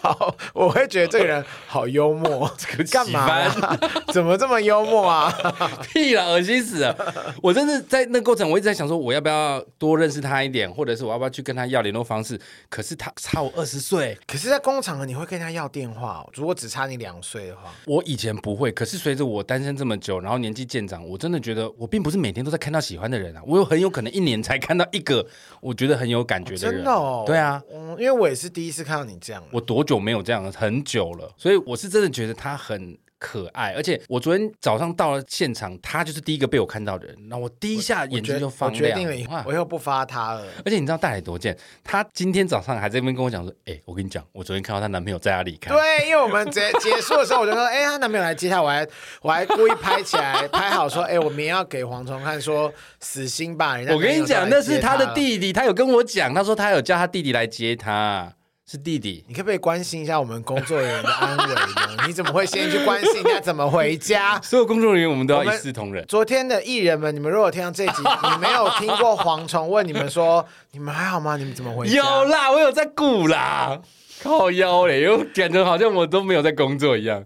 [SPEAKER 2] 好，我会觉得这个人好幽
[SPEAKER 1] [LAUGHS]
[SPEAKER 2] 默，
[SPEAKER 1] 个喜
[SPEAKER 2] 干嘛啊？
[SPEAKER 1] [LAUGHS]
[SPEAKER 2] 怎么这么幽默啊？ [LAUGHS]
[SPEAKER 1] 屁啦，恶心死了！我真的在那过程，我一直在想说，我要不要多认识他一点，或者是我要不要去跟他要联络方式？可是他差我二十岁，
[SPEAKER 2] 可是，在工厂你会跟他要电话、哦，如果只差你两岁的话。
[SPEAKER 1] 我以前不会，可是随着我单身这么久，然后年纪渐长，我真的觉得我并不是每天都在看到喜欢的人啊，我有很有可能一年才看到一个我觉得很有感觉的人。
[SPEAKER 2] 真的哦，
[SPEAKER 1] 对啊。
[SPEAKER 2] 嗯，因为我也是第一次看到你这样，
[SPEAKER 1] 我多久没有这样了？很久了，所以我是真的觉得他很。可爱，而且我昨天早上到了现场，他就是第一个被我看到的人，那我第一下眼睛
[SPEAKER 2] 决
[SPEAKER 1] 就放
[SPEAKER 2] 我
[SPEAKER 1] 亮
[SPEAKER 2] 决定了以
[SPEAKER 1] 哇
[SPEAKER 2] 后，我以后不发他
[SPEAKER 1] [LAUGHS]
[SPEAKER 2] 了。
[SPEAKER 1] 而且你知道大磊多贱，她今天早上还在那边跟我讲说：“哎、我跟你讲，我昨天看到她男朋友在她离开。”
[SPEAKER 2] 对，啊因为我们结结束的时候，我就说，哎、她男朋友来接她，我还我还故意拍起来，拍好说，哎、我明天要给蝗虫看，说死心吧，人家
[SPEAKER 1] 我跟你讲，
[SPEAKER 2] 男友
[SPEAKER 1] 那
[SPEAKER 2] 都来
[SPEAKER 1] 是
[SPEAKER 2] 接她
[SPEAKER 1] 她
[SPEAKER 2] 了
[SPEAKER 1] 的。弟弟，她有跟我讲，她说她有叫她弟弟来接她，是弟弟。
[SPEAKER 2] 你可不可以关心一下我们工作人员的安危呢？你怎么会先去关心人家怎么回家？
[SPEAKER 1] 所有工作人员，我们都要
[SPEAKER 2] 我
[SPEAKER 1] 一
[SPEAKER 2] 们
[SPEAKER 1] 视同仁。
[SPEAKER 2] 昨天的艺人们，你们如果听到这集，你没有听过蝗虫问你们说，你们还好吗？你们怎么回家？
[SPEAKER 1] 有啦，我有在顾啦，靠腰嘞，又感觉好像我都没有在工作一样。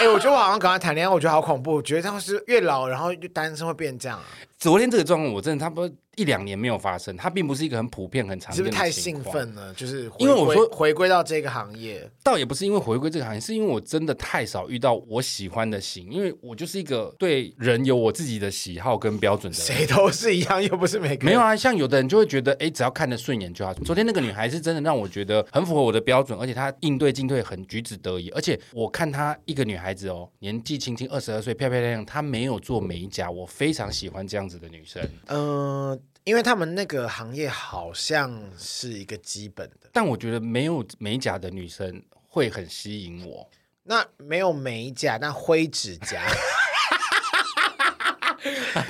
[SPEAKER 2] 哎、我觉得我好像赶快谈恋爱，我觉得好恐怖，觉得他是越老，然后越单身会变这样、啊，
[SPEAKER 1] 昨天这个状况，我真的差不多一两年没有发生，它并不是一个很普遍、很常
[SPEAKER 2] 是
[SPEAKER 1] 见
[SPEAKER 2] 不
[SPEAKER 1] 的
[SPEAKER 2] 是太
[SPEAKER 1] 情
[SPEAKER 2] 兴
[SPEAKER 1] 况
[SPEAKER 2] 奋了？就是回
[SPEAKER 1] 因为我
[SPEAKER 2] 归
[SPEAKER 1] 说
[SPEAKER 2] 回归到这个行业，
[SPEAKER 1] 倒也不是因为回归这个行业，是因为我真的太少遇到我喜欢的型，因为我就是一个对人有我自己的喜好跟标准的人。
[SPEAKER 2] 谁都是一样，又不是每个人
[SPEAKER 1] 没有啊，像有的人就会觉得，哎，只要看得顺眼就好。昨天那个女孩是真的让我觉得很符合我的标准，而且她应对进退很举止得宜，而且我看她一个女孩子哦，年纪轻轻二十二岁，漂漂亮亮，她没有做美甲，我非常喜欢这样子的女生。
[SPEAKER 2] 嗯、因为他们那个行业好像是一个基本的，
[SPEAKER 1] 但我觉得没有美甲的女生会很吸引我。 [LAUGHS]
[SPEAKER 2] 那没有美甲，那灰指甲，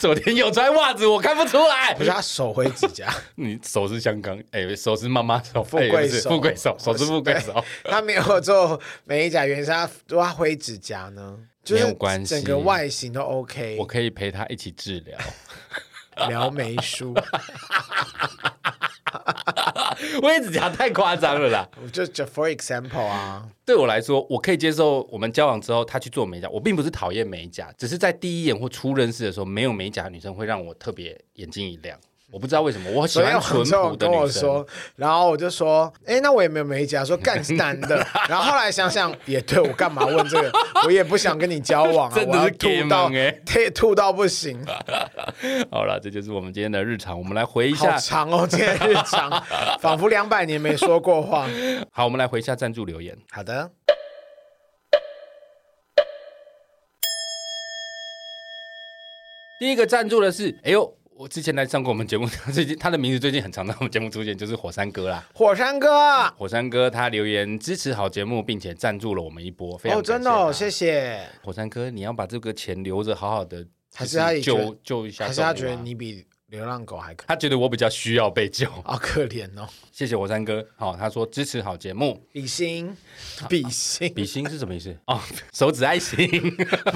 [SPEAKER 1] 昨天有穿袜子，我看不出来。
[SPEAKER 2] 不是他手灰指
[SPEAKER 1] [LAUGHS]
[SPEAKER 2] 甲，
[SPEAKER 1] 你手是香港，哎、手是妈妈手，富
[SPEAKER 2] 贵手
[SPEAKER 1] 富贵手，手是富贵手。
[SPEAKER 2] 他没有做美甲，原因是他抓灰指甲呢，就
[SPEAKER 1] 没
[SPEAKER 2] 是
[SPEAKER 1] 有关系
[SPEAKER 2] 整个外形都 OK，
[SPEAKER 1] 我可以陪他一起治疗。 [LAUGHS]
[SPEAKER 2] 撩眉梳。
[SPEAKER 1] 我也只讲太夸张了啦。
[SPEAKER 2] 我就就 for example 啊，
[SPEAKER 1] 对我来说，我可以接受我们交往之后他去做美甲，我并不是讨厌美甲，只是在第一眼或初认识的时候，没有美甲的女生会让我特别眼睛一亮。我不知道为什么，我喜
[SPEAKER 2] 昨天
[SPEAKER 1] 欢
[SPEAKER 2] 黄
[SPEAKER 1] 淳
[SPEAKER 2] 总
[SPEAKER 1] 朴的
[SPEAKER 2] 跟我
[SPEAKER 1] 女生。
[SPEAKER 2] 说，然后我就说，哎，那我也没有美甲，说干是
[SPEAKER 1] [LAUGHS]
[SPEAKER 2] 男的，然后后来想想也对，我干嘛问这个？我也不想跟你交往啊，
[SPEAKER 1] 真的
[SPEAKER 2] 我要
[SPEAKER 1] 是 gay
[SPEAKER 2] 吐到
[SPEAKER 1] 梦欸
[SPEAKER 2] 吐吐到
[SPEAKER 1] [LAUGHS]
[SPEAKER 2] 不行，
[SPEAKER 1] 好了，这就是我们今天的日常。我们来回一
[SPEAKER 2] 好
[SPEAKER 1] 下，
[SPEAKER 2] 长哦， [LAUGHS] 今天日常，仿佛两百年没说过话。
[SPEAKER 1] 好，我们来回一下赞助留言。
[SPEAKER 2] 好的，
[SPEAKER 1] 第一个赞助的是，哎呦，我之前来上过我们节目， [LAUGHS] 他最近他的名字最近很常在我们节目出现，就是火山哥啦。
[SPEAKER 2] 火山哥，啊
[SPEAKER 1] 火山哥他留言支持好节目，并且赞助了我们一波，非常
[SPEAKER 2] 哦，
[SPEAKER 1] 感
[SPEAKER 2] 真的、哦，
[SPEAKER 1] 他
[SPEAKER 2] 谢谢。
[SPEAKER 1] 火山哥，你要把这个钱留着，好好的，
[SPEAKER 2] 还是他也觉
[SPEAKER 1] 救
[SPEAKER 2] 得
[SPEAKER 1] 救一下、啊
[SPEAKER 2] 还是他觉得，你比流浪狗还可
[SPEAKER 1] 他觉得我比较需要被救。
[SPEAKER 2] 好可怜哦。
[SPEAKER 1] 谢谢火山哥，好、他说支持好节目，[LAUGHS]
[SPEAKER 2] 比心，比心，
[SPEAKER 1] 比心是什么意
[SPEAKER 2] [LAUGHS]
[SPEAKER 1] 思？哦，手指爱心，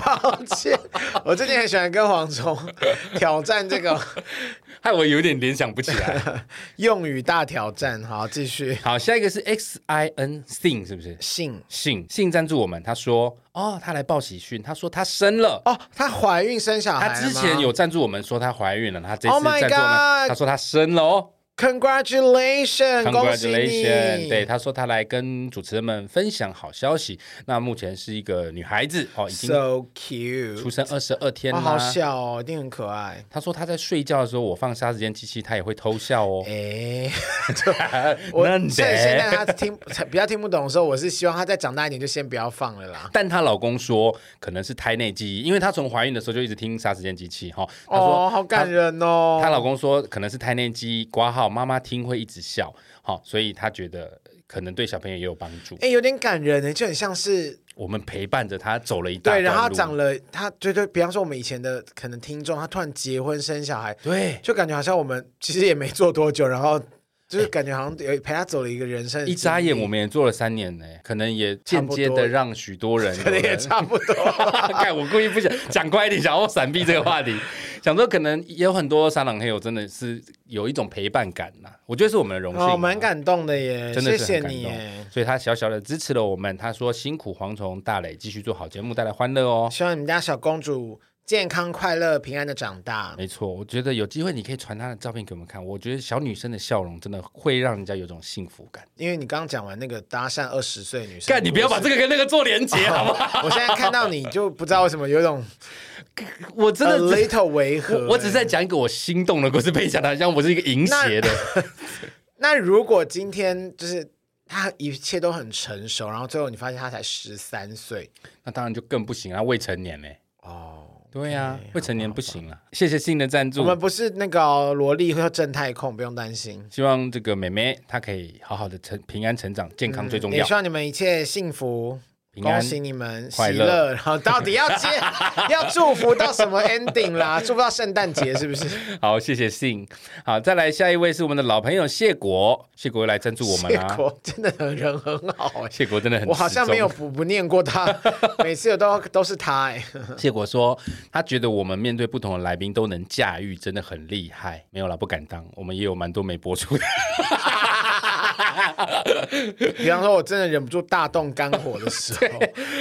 [SPEAKER 2] 抱歉，我最近很喜欢跟蝗虫挑战这个
[SPEAKER 1] 害我有点联想不起
[SPEAKER 2] [LAUGHS]
[SPEAKER 1] 来。
[SPEAKER 2] 用语大挑战。好，继续。
[SPEAKER 1] 好，下一个是 X I N Sing，是不是？
[SPEAKER 2] 性
[SPEAKER 1] 信信赞助我们，他说哦，他来报喜讯，他说他生了。
[SPEAKER 2] 哦，她怀孕生小孩
[SPEAKER 1] 他
[SPEAKER 2] 了吗，
[SPEAKER 1] 之前有赞助我们说她怀孕了，她这次
[SPEAKER 2] Oh my
[SPEAKER 1] 赞助我们
[SPEAKER 2] God
[SPEAKER 1] 她说她生了哦
[SPEAKER 2] congratulation，恭喜你。
[SPEAKER 1] ，Congratulation！对，她说她来跟主持人们分享好消息。那目前是一个女孩子哦，已经
[SPEAKER 2] so
[SPEAKER 1] 出
[SPEAKER 2] cute，
[SPEAKER 1] 生二十二天
[SPEAKER 2] 哦，
[SPEAKER 1] 啦。
[SPEAKER 2] 好小哦，一定很可爱。
[SPEAKER 1] 她说她在睡觉的时候，我放杀时间机器，她也会偷笑哦。
[SPEAKER 2] [LAUGHS] 哎，
[SPEAKER 1] [LAUGHS]
[SPEAKER 2] 我
[SPEAKER 1] 那
[SPEAKER 2] 趁现在他听比较听不懂的时候，我是希望他再长大一点就先不要放了啦。
[SPEAKER 1] 但她老公说，可能是胎内记忆，因为她从怀孕的时候就一直听杀时间机器哈。她说
[SPEAKER 2] 哦，好感人哦。
[SPEAKER 1] 她老公说可能是胎内记忆挂号，妈妈听会一直笑，好、所以她觉得可能对小朋友也有帮助。
[SPEAKER 2] 哎、有点感人呢，就很像是
[SPEAKER 1] 我们陪伴着她走了一大
[SPEAKER 2] 对，
[SPEAKER 1] 段路，
[SPEAKER 2] 然后他长了，他对对，比方说我们以前的可能听众，他突然结婚生小孩，
[SPEAKER 1] 对
[SPEAKER 2] 就感觉好像我们其实也没做多久，然后 [LAUGHS] 就是感觉好像有陪他走了一个人生的经
[SPEAKER 1] 一
[SPEAKER 2] 历，
[SPEAKER 1] 眨眼我们也做了三年呢，可能也间接
[SPEAKER 2] 差不多
[SPEAKER 1] 的让许多 [LAUGHS] 人
[SPEAKER 2] [LAUGHS] 可能也差不多。
[SPEAKER 1] [LAUGHS] 看我故意不想讲快一点，想要闪避这个话题， [LAUGHS] 想说可能也有很多沙朗黑友真的是有一种陪伴感呐、我觉得是我们的荣幸、
[SPEAKER 2] 哦，蛮。感动的耶，
[SPEAKER 1] 真的
[SPEAKER 2] 谢
[SPEAKER 1] 是
[SPEAKER 2] 谢
[SPEAKER 1] 很感
[SPEAKER 2] 你
[SPEAKER 1] 动
[SPEAKER 2] 耶，
[SPEAKER 1] 所以他小小的支持了我们，他说辛苦蝗虫大磊继续做好节目，带来欢乐哦。
[SPEAKER 2] 希望你们家小公主健康快乐、平安的长大。
[SPEAKER 1] 没错，我觉得有机会你可以传她的照片给我们看。我觉得小女生的笑容真的会让人家有种幸福感。
[SPEAKER 2] 因为你刚刚讲完那个搭讪二十岁女生，
[SPEAKER 1] 干，你不要把这个跟那个做连结， [LAUGHS] 好吗？
[SPEAKER 2] [LAUGHS] 我现在看到你就不知道为什么有一种
[SPEAKER 1] 我 [LAUGHS] 真
[SPEAKER 2] a
[SPEAKER 1] 的只
[SPEAKER 2] little 违和耶。
[SPEAKER 1] 我我只是在讲一个我心动的故事，被你讲的像我是一个淫邪的。
[SPEAKER 2] 那如果今天就是他一切都很成熟，然后最后你发现他才十三岁，
[SPEAKER 1] [LAUGHS] 那当然就更不行啊，未成年嘞、
[SPEAKER 2] 哦，
[SPEAKER 1] 对啊，未成年不行啊。谢谢新的赞
[SPEAKER 2] 我
[SPEAKER 1] 助，
[SPEAKER 2] 们不是那个哦萝莉或正太控，不用担心。
[SPEAKER 1] 希望这个妹妹她可以好好的成平安成长，健康最重
[SPEAKER 2] 也
[SPEAKER 1] 要。
[SPEAKER 2] 希望你们一切幸福，
[SPEAKER 1] 平安
[SPEAKER 2] 恭喜你们喜
[SPEAKER 1] 快乐
[SPEAKER 2] 乐。然后到底要接
[SPEAKER 1] [LAUGHS]
[SPEAKER 2] 要祝福到什么 ending 啦？祝福到圣诞节是不是？
[SPEAKER 1] 好，谢谢信。好，再来下一位是我们的老朋友谢国，谢国又来赞助我们
[SPEAKER 2] 结
[SPEAKER 1] 啊。
[SPEAKER 2] 果真的很人很好哎、
[SPEAKER 1] 谢国真的很，
[SPEAKER 2] 我好像没有。不不念过他，每次都都是他哎、
[SPEAKER 1] 谢国说，他觉得我们面对不同的来宾都能驾驭，真的很厉害。没有啦，不敢当，我们也有蛮多没播 [LAUGHS] 出的。
[SPEAKER 2] 比方说，我真的忍不住大动肝火的时
[SPEAKER 1] [LAUGHS]
[SPEAKER 2] 候，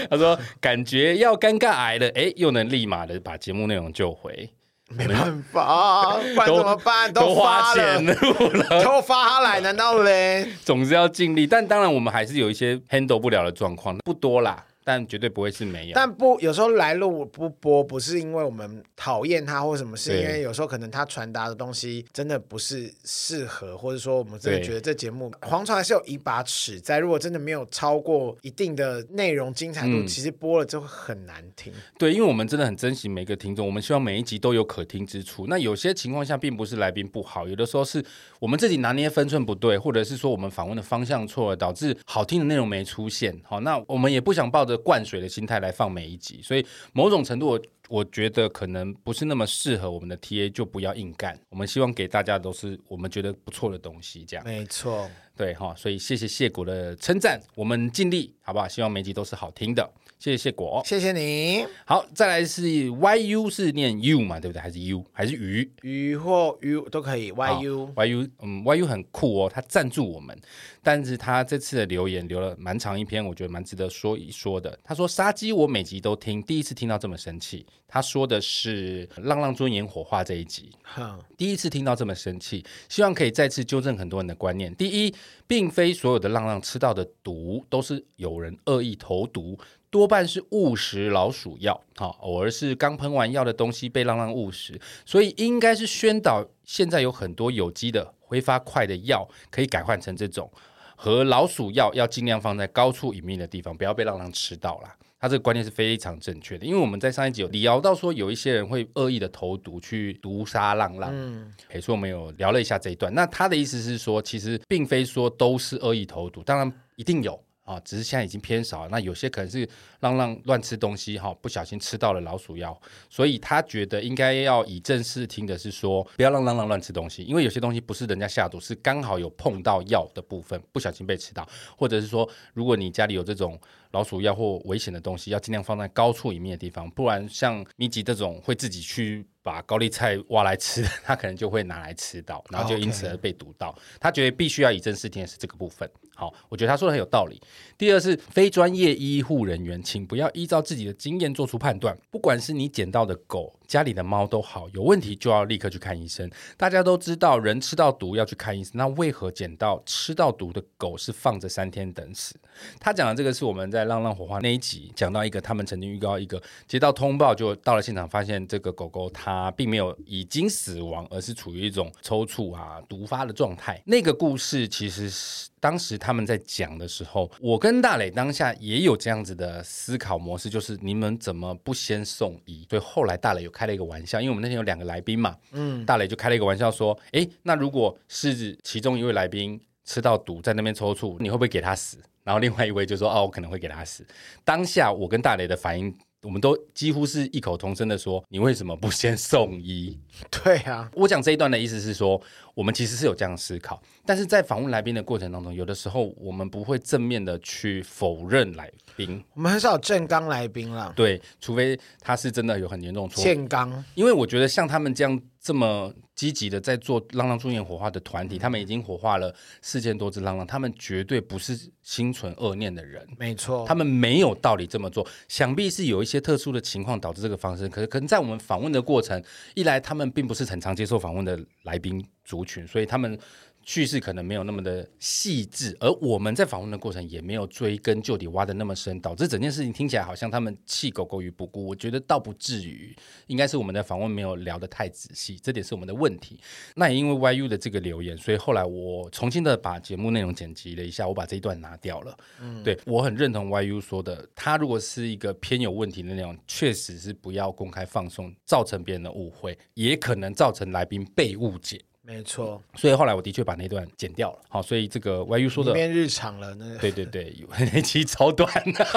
[SPEAKER 1] 他说，感觉要尴尬癌了，哎，又能立马的把节目内容救回，
[SPEAKER 2] 没办法，不然怎么办？
[SPEAKER 1] 都
[SPEAKER 2] 发
[SPEAKER 1] 花
[SPEAKER 2] 了
[SPEAKER 1] 钱，录了， [LAUGHS]
[SPEAKER 2] 都发他来，难道嘞？
[SPEAKER 1] 总是要尽力。但当然，我们还是有一些 handle 不了的状况，不多啦，但绝对不会是没有。
[SPEAKER 2] 但不，有时候来路不播，不是因为我们讨厌他或什么，是
[SPEAKER 1] 对
[SPEAKER 2] 因为有时候可能他传达的东西真的不是适合，或者说我们真的
[SPEAKER 1] 对
[SPEAKER 2] 觉得这节目黄传还是有一把尺在，如果真的没有超过一定的内容精彩
[SPEAKER 1] 嗯
[SPEAKER 2] 度，其实播了就会很难听。
[SPEAKER 1] 对，因为我们真的很珍惜每个听众，我们希望每一集都有可听之处。那有些情况下，并不是来宾不好，有的时候是我们自己拿捏分寸不对，或者是说我们访问的方向错了，导致好听的内容没出现。好，那我们也不想抱着灌水的心态来放每一集，所以某种程度我。我觉得可能不是那么适合我们的 TA，就不要硬干。我们希望给大家都是我们觉得不错的东西，这样
[SPEAKER 2] 没错，
[SPEAKER 1] 对哈、所以谢谢谢果的称赞，我们尽力，好不好？希望每集都是好听的。谢谢谢果、
[SPEAKER 2] 谢谢你。
[SPEAKER 1] 好，再来是 YU 是念 U 嘛，对不对？还是 U 还是鱼
[SPEAKER 2] 鱼或鱼都可以，YU。
[SPEAKER 1] YU 嗯 YU 很酷哦，他赞助我们，但是他这次的留言留了蛮长一篇，我觉得蛮值得说一说的。他说杀鸡我每集都听，第一次听到这么生气。他说的是《浪浪尊严火化》这一集，
[SPEAKER 2] 哼，
[SPEAKER 1] 第一次听到这么生气，希望可以再次纠正很多人的观念。第一，并非所有的浪浪吃到的毒都是有人恶意投毒，多半是误食老鼠药，好、偶尔是刚喷完药的东西被浪浪误食，所以应该是宣导现在有很多有机的挥发快的药可以改换成这种。和老鼠药要尽量放在高处隐秘的地方，不要被浪浪吃到啦。他这个观念是非常正确的，因为我们在上一集有聊到说，有一些人会恶意的投毒去毒杀浪浪，嗯，诶，所以我们有聊了一下这一段。那他的意思是说，其实并非说都是恶意投毒，当然一定有。啊，只是现在已经偏少了。那有些可能是浪浪乱吃东西哈、不小心吃到了老鼠药，所以他觉得应该要以正视听的是说，不要让浪浪乱吃东西，因为有些东西不是人家下毒，是刚好有碰到药的部分，不小心被吃到，或者是说，如果你家里有这种老鼠药或危险的东西，要尽量放在高处隐秘的地方，不然像米吉这种会自己去把高丽菜挖来吃的，他可能就会拿来吃到，然后就因此而被毒到。他觉得必须要以正视听的是这个部分。好，我觉得他说的很有道理。第二是非专业医护人员，请不要依照自己的经验做出判断。不管是你捡到的狗、家里的猫都好，有问题就要立刻去看医生。大家都知道，人吃到毒要去看医生，那为何捡到吃到毒的狗是放着三天等死？他讲的这个是我们在《浪浪火花》那一集讲到一个，他们曾经预告一个接到通报，就到了现场，发现这个狗狗它并没有已经死亡，而是处于一种抽搐啊、毒发的状态。那个故事其实是当时他们在讲的时候，我跟大磊当下也有这样子的思考模式，就是你们怎么不先送医？所以后来大磊有开了一个玩笑，因为我们那天有两个来宾嘛，嗯，大磊就开了一个玩笑说，诶，那如果是其中一位来宾。吃到毒在那边抽搐，你会不会给他死？然后另外一位就说：“哦，我可能会给他死。”当下我跟大雷的反应，我们都几乎是异口同声的说：“你为什么不先送医
[SPEAKER 2] 对啊？”，
[SPEAKER 1] 我讲这一段的意思是说，我们其实是有这样思考，但是在访问来宾的过程当中，有的时候我们不会正面的去否认来宾，
[SPEAKER 2] 我们很少有正刚来宾了，
[SPEAKER 1] 对，除非他是真的有很严重的错误。
[SPEAKER 2] 健刚
[SPEAKER 1] 因为我觉得像他们这样这么积极的在做浪浪助念火化的团体，他们已经火化了四千多只浪浪，他们绝对不是心存恶念的人。
[SPEAKER 2] 没错，
[SPEAKER 1] 他们没有道理这么做，想必是有一些特殊的情况导致这个方式。可是，可能在我们访问的过程，一来他们并不是很常接受访问的来宾族群，所以他们叙事可能没有那么的细致，而我们在访问的过程也没有追根究底挖的那么深，导致整件事情听起来好像他们弃狗狗于不顾。我觉得倒不至于，应该是我们的访问没有聊得太仔细，这点是我们的问题。那也因为 YU 的这个留言，所以后来我重新的把节目内容剪辑了一下，我把这一段拿掉了。
[SPEAKER 2] 嗯
[SPEAKER 1] 对我很认同 YU 说的，他如果是一个偏有问题的内容，确实是不要公开放送，造成别人的误会，也可能造成来宾被误解。
[SPEAKER 2] 没错，
[SPEAKER 1] 所以后来我的确把那段剪掉了。好，所以这个 YU 说
[SPEAKER 2] 里
[SPEAKER 1] 的。
[SPEAKER 2] 面日常了那
[SPEAKER 1] 对对对， [LAUGHS] 有那期超短 [LAUGHS]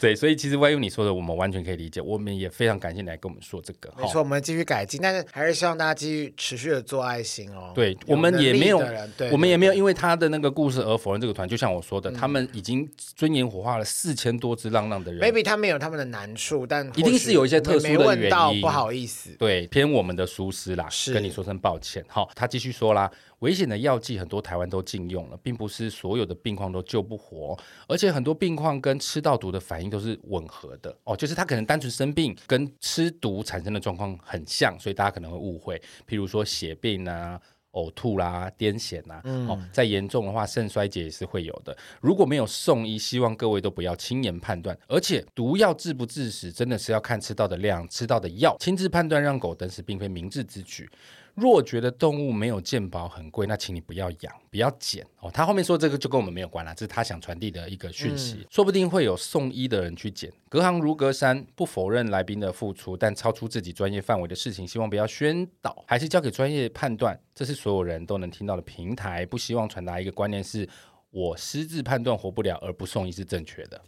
[SPEAKER 1] 对，所以其实 YU 你说的，我们完全可以理解，我们也非常感谢你来跟我们说这个。
[SPEAKER 2] 没
[SPEAKER 1] 好
[SPEAKER 2] 错，我们继续改进，但是还是希望大家继续持续的做爱心哦。
[SPEAKER 1] 对
[SPEAKER 2] 有
[SPEAKER 1] 我们也没有
[SPEAKER 2] 能力的人，对
[SPEAKER 1] 我们
[SPEAKER 2] 对嗯
[SPEAKER 1] 也没有因为他的那个故事而否认这个团。就像我说的，他们已经尊严火化了四千多只浪浪的人，
[SPEAKER 2] maybe 他们有他们的难处，但
[SPEAKER 1] 一定
[SPEAKER 2] 或许
[SPEAKER 1] 是有一些特殊的
[SPEAKER 2] 没问到
[SPEAKER 1] 原因
[SPEAKER 2] 不好意思。
[SPEAKER 1] 对，偏我们的疏失啦，
[SPEAKER 2] 是
[SPEAKER 1] 跟你说声抱歉。好，他继续说啦，危险的药剂很多台湾都禁用了，并不是所有的病况都救不活，而且很多病况跟吃到毒的反应都是吻合的哦，就是他可能单纯生病跟吃毒产生的状况很像，所以大家可能会误会，譬如说血病啊。呕吐啦、癫痫啦，哦，再严重的话，肾衰竭也是会有的。如果没有送医，希望各位都不要轻言判断。而且毒药致不致死，真的是要看吃到的量、吃到的药。亲自判断让狗等死，并非明智之举。若觉得动物没有健保很贵，那请你不要养，不要捡哦。他后面说这个就跟我们没有关啦，这是他想传递的一个讯息，说不定会有送医的人去捡。隔行如隔山，不否认来宾的付出，但超出自己专业范围的事情，希望不要宣导，还是交给专业判断。这是所有人都能听到的平台，不希望传达一个观念是。我私自判断活不了而不送医是正确的，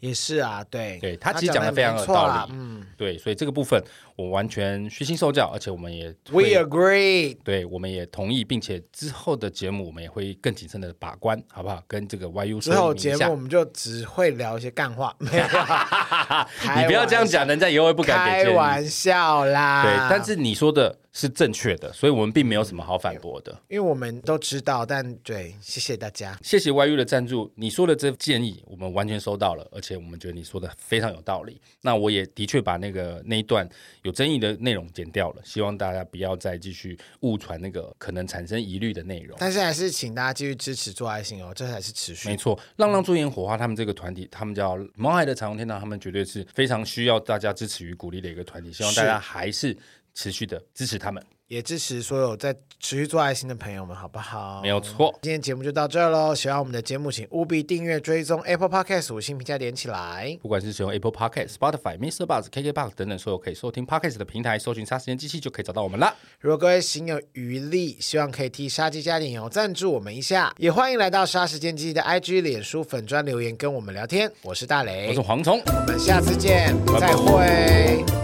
[SPEAKER 2] 也是啊，对，
[SPEAKER 1] 对他其实讲的
[SPEAKER 2] 得
[SPEAKER 1] 非常
[SPEAKER 2] 没
[SPEAKER 1] 有
[SPEAKER 2] 错
[SPEAKER 1] 道
[SPEAKER 2] 啦
[SPEAKER 1] 理，
[SPEAKER 2] 嗯
[SPEAKER 1] 对，所以这个部分我完全虚心受教，而且我们也
[SPEAKER 2] ，We
[SPEAKER 1] 会
[SPEAKER 2] agree。
[SPEAKER 1] 对，我们也同意，并且之后的节目我们也会更谨慎的把关，好不好？跟这个 YU
[SPEAKER 2] 之后
[SPEAKER 1] 说
[SPEAKER 2] 节
[SPEAKER 1] 明一
[SPEAKER 2] 目
[SPEAKER 1] 下
[SPEAKER 2] 我。们就只会聊一些干话，没有啦
[SPEAKER 1] [LAUGHS] 你不要这样讲，人家以后会不敢给
[SPEAKER 2] 开啊
[SPEAKER 1] 建议。
[SPEAKER 2] 玩笑啦。
[SPEAKER 1] 对，但是你说的是正确的，所以我们并没有什么好反驳的。
[SPEAKER 2] 因为我们都知道，但对，谢谢大家。
[SPEAKER 1] 谢谢 YU 的赞助，你说的这建议我们完全收到了，而且我们觉得你说的非常有道理。那我也的确把那个那一段有争议的内容剪掉了，希望大家不要再继续误传那个可能产生疑虑的内容。
[SPEAKER 2] 但是还是请大家继续支持做爱心哦，这才是持
[SPEAKER 1] 没
[SPEAKER 2] 续。
[SPEAKER 1] 错，浪浪助烟火花他们这个团体，他们叫毛海的彩虹天堂，他们绝对是非常需要大家支持与鼓励的一个团体，希望大家还是持续的支持他们。
[SPEAKER 2] 也支持所有在持续做爱心的朋友们，好不好？
[SPEAKER 1] 没有错。
[SPEAKER 2] 今天节目就到这儿喽，喜欢我们的节目，请务必订阅、追踪 Apple Podcast 五星评价点起来。
[SPEAKER 1] 不管是使用 Apple Podcast、Spotify、Mr. Buzz、KKBox 等等所有可以收听 Podcast 的平台，搜寻“杀时间机器”就可以找到我们啦。
[SPEAKER 2] 如果各位行有余力，希望可以替杀鸡加点油，赞助我们一下，也欢迎来到杀时间机器的 IG、脸书粉专留言跟我们聊天。我是大雷，
[SPEAKER 1] 我是蝗虫。
[SPEAKER 2] 我们下次见，
[SPEAKER 1] 拜拜
[SPEAKER 2] 再会。